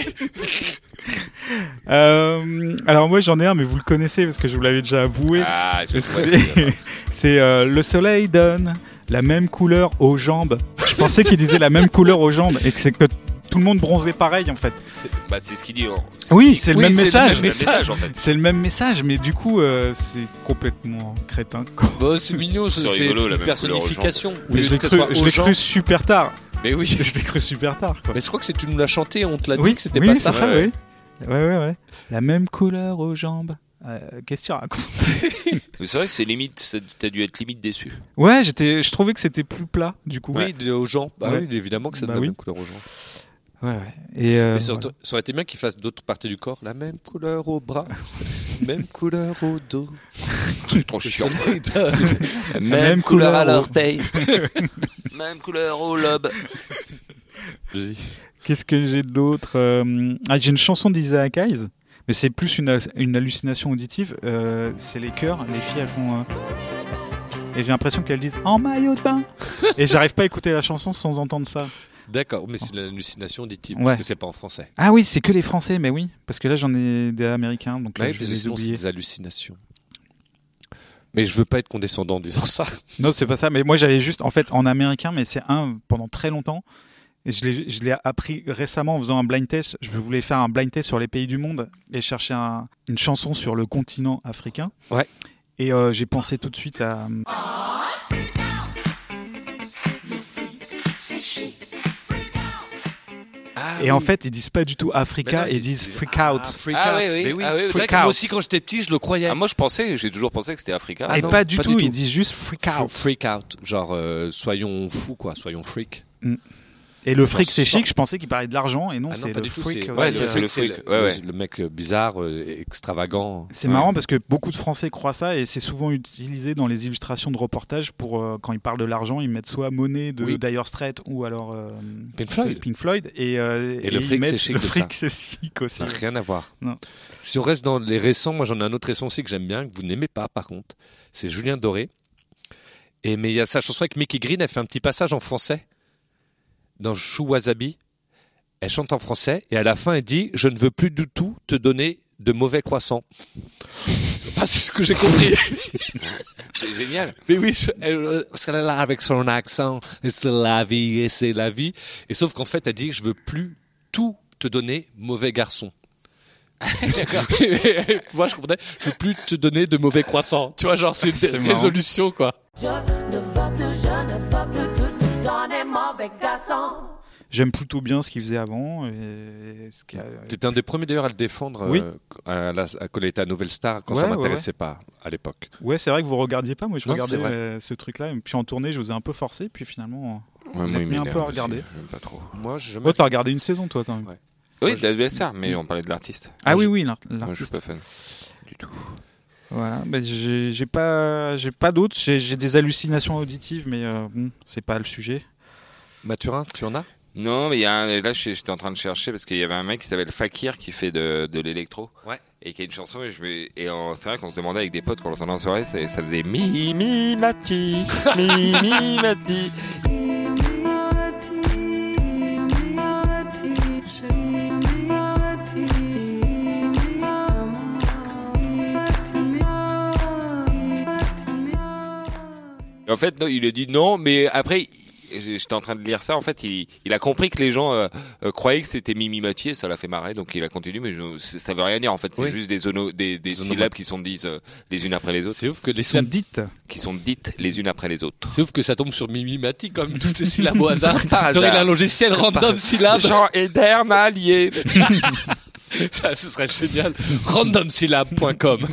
C: Euh, Alors moi j'en ai un mais vous le connaissez parce que je vous l'avais déjà avoué.
D: Ah, je
C: C'est- C'est euh, le soleil donne la même couleur aux jambes. Je pensais qu'il disait la même couleur aux jambes et que c'est que tout le monde bronzait pareil en fait.
D: Bah, c'est ce qu'il dit. hein.
C: Oui, c'est le même message.
D: C'est le même message, en fait.
C: C'est le même message, mais du coup, euh, c'est complètement crétin.
E: Bah, c'est mignon, c'est
D: C'est rigolo, la
E: une
D: même
E: personnification.
D: couleur
E: Au lieu
C: Mais je l'ai
E: que ce
C: cru,
E: soit
C: je
E: aux
C: l'ai
E: gens.
C: cru super tard.
E: Mais oui,
C: je l'ai cru super tard. Quoi.
E: Mais je crois que c'est tu nous l'as chanté, on te l'a dit que c'était
C: oui,
E: pas
C: c'est
E: ça.
C: ça, oui. Ouais, ouais, ouais. La même couleur aux jambes. Euh, Qu'est-ce que tu racontes
D: Mais C'est vrai que c'est limite, c'est- t'as dû être limite déçu.
C: Ouais, j'étais, je trouvais que c'était plus plat, du coup.
E: Oui, de- aux gens. Bah
C: Ouais.
E: oui, évidemment que c'est de
C: Bah
E: la
C: oui.
E: même couleur aux gens.
C: Ouais, ouais. Et, euh,
E: Mais surtout, ça aurait été bien qu'ils fassent d'autres parties du corps la même couleur au bras, même couleur au dos.
D: C'est trop chiant.
E: Même,
D: Même couleur à l'orteil. Même couleur au lobe.
C: Qu'est-ce que j'ai d'autre Euh, ah, J'ai une chanson d'Isaac Hayes, mais c'est plus une, une hallucination auditive. Euh, c'est les chœurs, les filles elles font. euh, et j'ai l'impression qu'elles disent en maillot de bain. et j'arrive pas à écouter la chanson sans entendre ça.
E: D'accord, mais c'est une hallucination auditive,
C: Oh. Ouais.
E: parce que c'est pas en français.
C: Ah oui, c'est que les Français, mais oui, parce que là j'en ai des Américains, donc là
E: Ouais,
C: je
E: parce
C: vais
E: que
C: les
E: sinon, c'est
C: oublier.
E: des hallucinations. Mais je veux pas être condescendant en disant ça.
C: Non, c'est pas ça. Mais moi, j'avais juste, en fait, en américain, mais c'est un pendant très longtemps. Et je l'ai- je l'ai appris récemment en faisant un blind test. Je voulais faire un blind test sur les pays du monde et chercher un- une chanson sur le continent africain.
E: Ouais.
C: Et euh, j'ai pensé tout de suite à. euh, et en fait, ils disent pas du tout Africa, ils, disent, freak out.
D: Ah
E: Eh
D: oui, oui. Ah oui, oui.
E: C'est vrai que moi aussi, quand j'étais petit, je le croyais.
D: Ah, moi, je pensais, j'ai toujours pensé que c'était africain.
E: Ah
D: Ah,
C: Et pas du tout, ils disent juste freak
E: F-
C: out.
E: Freak out. Genre, euh, soyons fous, quoi. Soyons freak.
C: Et le fric,
E: Genre,
C: c'est
E: sort-
C: chic. Je pensais qu'il parlait de l'argent et non,
E: Ah
C: c'est
E: pas
C: le
E: du tout.
C: freak.
E: c'est-
C: euh,
E: ouais,
C: de-
E: c'est le freak.
D: ouais, ouais.
E: Le mec euh, bizarre, euh, extravagant.
C: C'est
E: Ouais.
C: marrant parce que beaucoup de Français croient ça et c'est souvent utilisé dans les illustrations de reportages pour euh, quand ils parlent de l'argent, ils mettent soit monnaie de
E: Oui.
C: Dire Straits ou alors euh,
E: Pink Floyd.
C: Pink Floyd et, euh,
E: Et le
C: ils
E: fric, c'est
C: mettent
E: chic
C: le
E: de
C: fric,
E: ça.
C: c'est chic aussi.
E: Ça n'a rien à voir.
C: Non.
E: Si on reste dans les récents, moi j'en ai un autre récent aussi que j'aime bien, que vous n'aimez pas par contre. C'est Julien Doré. Et, mais il y a sa chanson avec Mickey Green, elle fait un petit passage en français dans Chou Wasabi. Elle chante en français et à la fin elle dit Je ne veux plus du tout te donner de mauvais croissants. C'est pas ce que j'ai compris.
D: C'est génial.
E: Mais oui, je- elle, euh, parce qu'elle est là avec son accent, et c'est la vie, et c'est la vie. Et sauf qu'en fait, elle dit, je veux plus tout te donner, mauvais garçon. D'accord. Moi, je comprenais, je veux plus te donner de mauvais croissants. Tu vois, genre, c'est
C: C'est
E: une
C: marrant.
E: résolution, quoi.
M: Je ne veux plus, je ne veux plus tout te donner, mauvais garçon.
C: J'aime plutôt bien ce qu'ils faisaient avant. Et ce qu'il y a-
E: T'étais un des premiers d'ailleurs à le défendre
C: Oui.
E: euh, à la, à, quand il était à Nouvelle Star, quand
C: Ouais,
E: ça
C: ouais,
E: m'intéressait pas à l'époque.
C: Ouais, c'est vrai que vous regardiez pas. Moi, je
E: Non,
C: regardais
E: c'est vrai.
C: euh, ce truc-là. Et Puis en tournée, je vous ai un peu forcé. Puis finalement,
D: Ouais,
C: vous
D: moi,
C: êtes
D: il
C: mis un
D: m'énerve
C: peu à
D: aussi,
C: regarder.
D: J'aime pas trop.
E: Moi, j'ai jamais
C: Moi, t'as regardé une saison, toi, quand même.
D: Oui, de la VSR, mais on parlait de l'artiste.
C: Ah oui, oui, l'art-
D: Moi, je
C: l'artiste.
D: suis pas fan du tout.
C: Voilà, mais j'ai j'ai pas, j'ai pas d'autres. J'ai j'ai des hallucinations auditives, mais euh, bon, c'est pas le sujet.
E: Mathurin, tu en as
D: Non, mais il y a un- là, je- j'étais en train de chercher parce qu'il y avait un mec qui s'appelle Fakir qui fait de, de l'électro.
E: Ouais.
D: Et qui a une chanson, et, je me- et en- c'est vrai qu'on se demandait avec des potes quand on l'entendait en soirée, c'est- ça faisait mi mi mati, mi mi mati. Et En fait, non, il a dit non, mais après, il- j'étais en train de lire ça. En fait, il, il a compris que les gens euh, euh, croyaient que c'était Mimi Mathieu, ça l'a fait marrer, donc il a continué. Mais je- c'est- ça veut rien dire. En fait, c'est
E: Oui.
D: juste des, zono- des, des
E: Zonomat-
D: syllabes qui sont dites euh, les unes après les autres,
E: C'est ouf que les
C: Ils sont
E: syllabes-
C: dites.
D: qui sont dites les unes après les autres.
E: C'est ouf que ça tombe sur Mimimati, comme toutes ces syllabes au hasard.
D: Par
E: Genre, il a un
D: hasard.
E: logiciel random syllabes.
D: Jean Edernalier.
E: Ça, ce serait génial. Randomsyllab.com.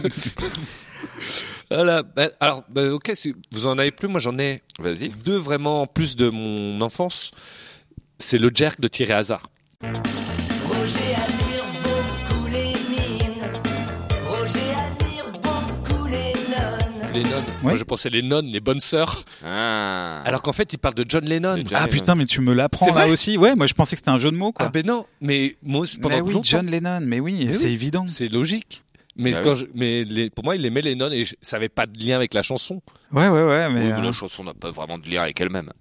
E: voilà. Bah, Alors, bah, ok, si vous en avez plus, moi j'en ai
D: Vas-y.
E: deux vraiment en plus de mon enfance. C'est le jerk de Thierry Hazard.
O: Roger admire beaucoup les mines. Roger admire beaucoup les nonnes.
E: Les nonnes. Moi je pensais les nonnes, les bonnes sœurs.
D: Ah.
E: Alors qu'en fait, il parle de John Lennon.
D: De John
C: Ah
D: Lennon.
C: putain, mais tu me l'apprends
E: C'est
C: là
E: vrai
C: aussi. Ouais, moi je pensais que c'était un jeu de mots quoi.
E: Ah ben non, mais moi aussi, pendant
C: mais oui,
E: longtemps,
C: John Lennon, mais oui,
E: Mais
C: c'est
E: oui.
C: évident.
E: c'est logique. Mais,
D: Bah
E: quand je- mais les- pour moi, il aimait les nonnes et je- ça avait pas de lien avec la chanson.
C: Ouais, ouais, ouais, mais.
D: Oui,
C: euh,
D: mais la chanson n'a pas vraiment de lien avec elle-même.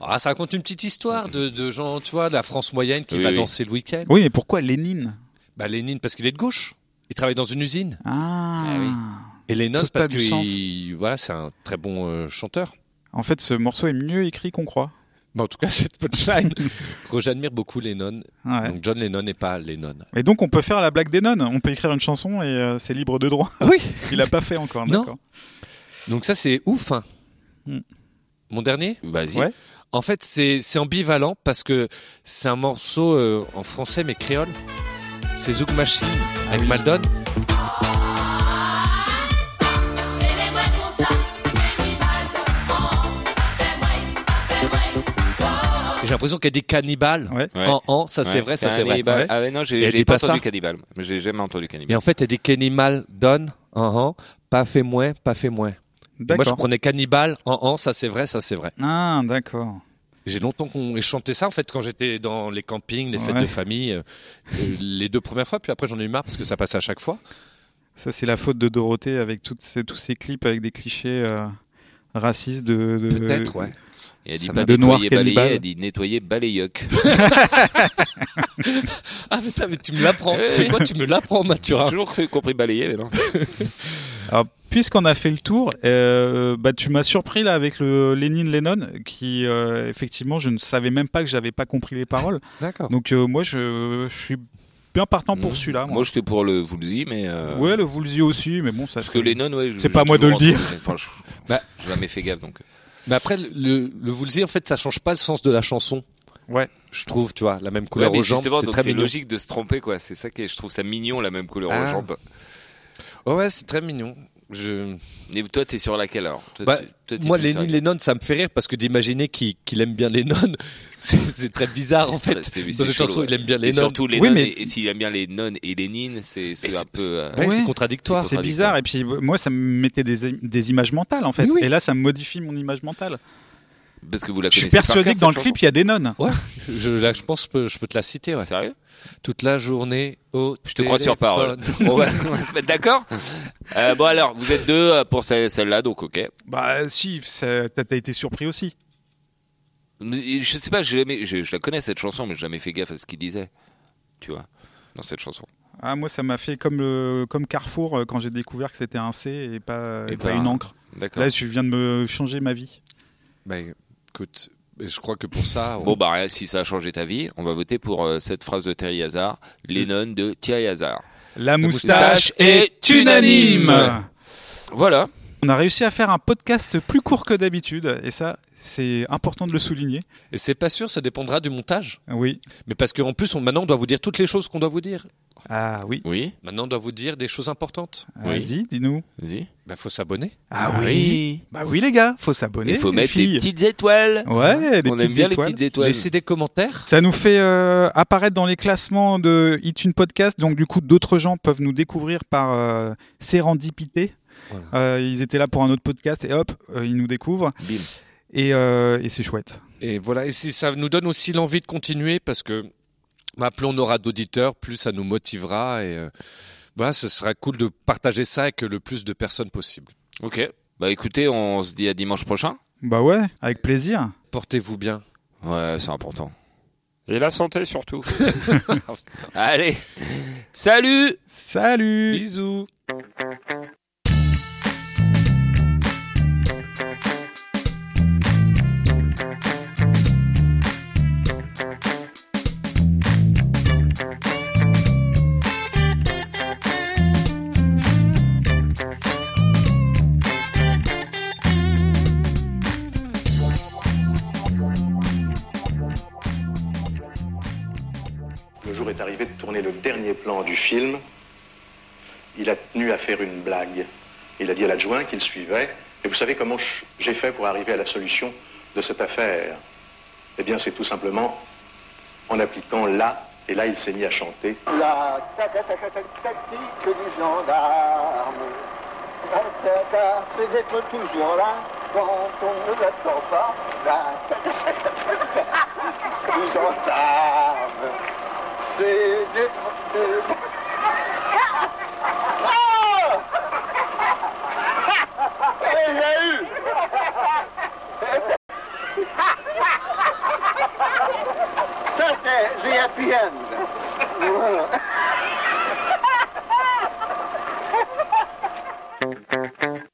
E: Ah, ça raconte une petite histoire de, de gens, tu vois, de la France moyenne qui
D: Oui,
E: va
D: oui.
E: danser le week-end.
C: Oui, mais pourquoi Lénine
E: Bah, Lénine, parce qu'il est de gauche. Il travaille dans une usine.
C: Ah,
D: oui.
E: Et Lénine,
C: Tout a
E: parce
C: du sens.
E: que voilà, c'est un très bon euh, chanteur.
C: En fait, ce morceau est mieux écrit qu'on croit.
E: Bah, en tout cas, cette punchline. J'admire beaucoup Lennon.
C: Ouais.
E: Donc, John Lennon et pas Lennon.
C: Et donc, on peut faire la blague des nonnes. On peut écrire une chanson et euh, c'est libre de droit. Oui. Il l'a pas fait encore.
E: Non.
C: d'accord.
E: Donc, ça, c'est ouf. hein.
C: Hmm.
E: Mon dernier
D: Vas-y.
C: Ouais.
E: En fait, c'est c'est ambivalent parce que c'est un morceau euh, en français mais créole. C'est Zouk Machine avec Maldon. Et J'ai l'impression qu'il y a des cannibales en en, ça c'est
D: Ouais.
E: vrai, ça c'est vrai.
D: Cannibal.
E: Ouais.
D: Ah ouais, non,
E: Et
D: j'ai
E: elle
D: j'ai
E: dit
D: pas
E: pas ça.
D: entendu cannibal. J'ai jamais entendu cannibal.
E: Et en fait, elle dit cannibal donne en en, pas fait moins, pas fait moins. Et Moi, je
C: D'accord.
E: prenais cannibal en en, ça c'est vrai, ça c'est vrai.
C: Ah, d'accord.
E: J'ai longtemps qu'on chanté ça en fait quand j'étais dans les campings, les fêtes
C: Ouais.
E: de famille, euh, euh, les deux premières fois. Puis après, j'en ai eu marre parce que ça passait à chaque fois.
C: Ça, c'est la faute de Dorothée avec toutes ces, tous ces clips avec des clichés euh, racistes de. de-
E: Peut-être, ouais.
D: Et elle dit
C: Ça
D: pas
C: va de noir
D: nettoyer balayer,
C: cannibale.
D: elle dit nettoyer balayoc.
E: Ah putain, mais tu me l'apprends.
D: Eh.
E: C'est quoi, tu me l'apprends, Mathurin
D: J'ai toujours cru- compris balayer, mais non.
C: Alors, puisqu'on a fait le tour, euh, bah, tu m'as surpris là avec le Lénine Lennon, qui euh, effectivement, je ne savais même pas que j'avais pas compris les paroles.
E: D'accord.
C: Donc, euh, moi, je, je suis bien partant pour
D: Mmh.
C: celui-là.
D: Moi,
C: Moi.
D: j'étais pour le Woolsey, mais. euh,
C: Ouais, le Woolsey aussi, mais bon, ça.
D: Parce que les nonnes, ouais.
C: C'est pas à moi de le dire.
D: Enfin, je-
E: Bah.
D: j'ai jamais fait gaffe donc.
E: Mais après, le, le, le Woolsey, en fait, ça change pas le sens de la chanson.
C: Ouais.
E: Je trouve, tu vois, la même couleur
D: Ouais, mais
E: aux jambes,
D: justement,
E: c'est
D: donc
E: très
D: c'est
E: mignon.
D: logique de se tromper, quoi. C'est ça que je trouve ça mignon, la même couleur
E: Ah.
D: aux jambes.
E: Ouais, ouais, c'est très mignon. Je...
D: Et toi, t'es sur laquelle alors Toi,
E: Bah,
D: tu- toi, t'es
E: moi,
D: plus sur-
E: Lénine Lennon, ça me fait rire parce que d'imaginer qu'il qu'il aime bien Lennon, c'est c'est très bizarre en
D: C'est-
E: fait.
D: c'est-
E: Dans
D: c'est
E: cette
D: chelou,
E: chanson,
D: ouais.
E: il aime bien
D: Et
E: Lennon.
D: surtout Lennon, et, et s'il aime bien les nonnes et Lénine, c'est c'est un peu. euh,
E: Ouais, c'est contradictoire.
C: Ah, C'est bizarre. Et puis, moi, ça me mettait des, des images mentales, en fait.
E: Oui, oui.
C: Et là, ça me modifie mon image mentale.
D: Parce que vous la
C: Je suis
D: connaissez par
C: persuadé
D: cœur,
C: que dans le
D: cette
C: clip, il y a des nonnes.
E: Ouais, je, là, je pense que je peux, je peux te la citer. Ouais.
D: Sérieux
E: Toute la journée au Je
D: te crois sur parole. on, va, on va se mettre d'accord. Euh, bon alors, vous êtes deux euh, pour ce- celle-là, donc ok.
C: Bah, si, ça- t'as t'as été surpris aussi.
D: Mais Je sais pas, j'ai jamais, je, je la connais cette chanson, mais j'ai jamais fait gaffe à ce qu'il disait. Tu vois, dans cette chanson.
C: Ah, moi, ça m'a fait comme, le, comme Carrefour euh, quand j'ai découvert que c'était un C et pas,
D: Et
C: et pas
D: pas un-
C: une encre.
D: D'accord.
C: Là, je viens de me changer ma vie.
E: Bah, écoute, je crois que pour ça. on-
D: Bon bah rien, si ça a changé ta vie, on va voter pour euh, cette phrase de Thierry Hazard, Lennon de Thierry Hazard.
C: La moustache est unanime
D: Voilà.
C: On a réussi à faire un podcast plus court que d'habitude, et ça, c'est important de le souligner.
E: Et c'est pas sûr, ça dépendra du montage.
C: Oui.
E: Mais parce qu'en plus, on, maintenant, on doit vous dire toutes les choses qu'on doit vous dire.
C: Ah oui.
D: Oui.
E: Maintenant, on doit vous dire des choses importantes.
C: Euh, Vas-y, dis-nous.
D: Vas-y.
E: Bah, faut s'abonner.
C: Ah oui. Bah oui, les gars, faut s'abonner.
D: Il faut
C: les
D: mettre
C: filles.
D: des petites étoiles.
C: Ouais, des
D: on aime
C: petites
D: bien
C: étoiles.
D: les petites étoiles.
E: Laissez des commentaires.
C: Ça nous fait euh, apparaître dans les classements de iTunes Podcast. Donc, du coup, d'autres gens peuvent nous découvrir par euh, sérendipité.
E: Voilà.
C: Euh, ils étaient là pour un autre podcast et hop, euh, ils nous découvrent.
D: Bim.
C: Et, euh, et c'est chouette.
E: Et voilà, et si ça nous donne aussi l'envie de continuer parce que bah, plus on aura d'auditeurs, plus ça nous motivera. Et euh, voilà, ce sera cool de partager ça avec le plus de personnes possible.
D: Ok. Bah écoutez, on se dit à dimanche prochain.
C: Bah ouais, avec plaisir.
E: Portez-vous bien.
D: Ouais, c'est important. Et la santé surtout. Allez. Salut
C: Salut
E: Bisous.
P: Le jour est arrivé de tourner le dernier plan du film. Il a tenu à faire une blague. Il a dit à l'adjoint qu'il suivait. Et vous savez comment je- j'ai fait pour arriver à la solution de cette affaire Eh bien, c'est tout simplement en appliquant la. Et là, il s'est mis à chanter.
Q: La tactique du gendarme. La tata, c'est d'être toujours là quand on ne l'attend pas. La tactique du gendarme. C'est d'être. Ah Eh, Esaü Ça, c'est The Happy End. Voilà.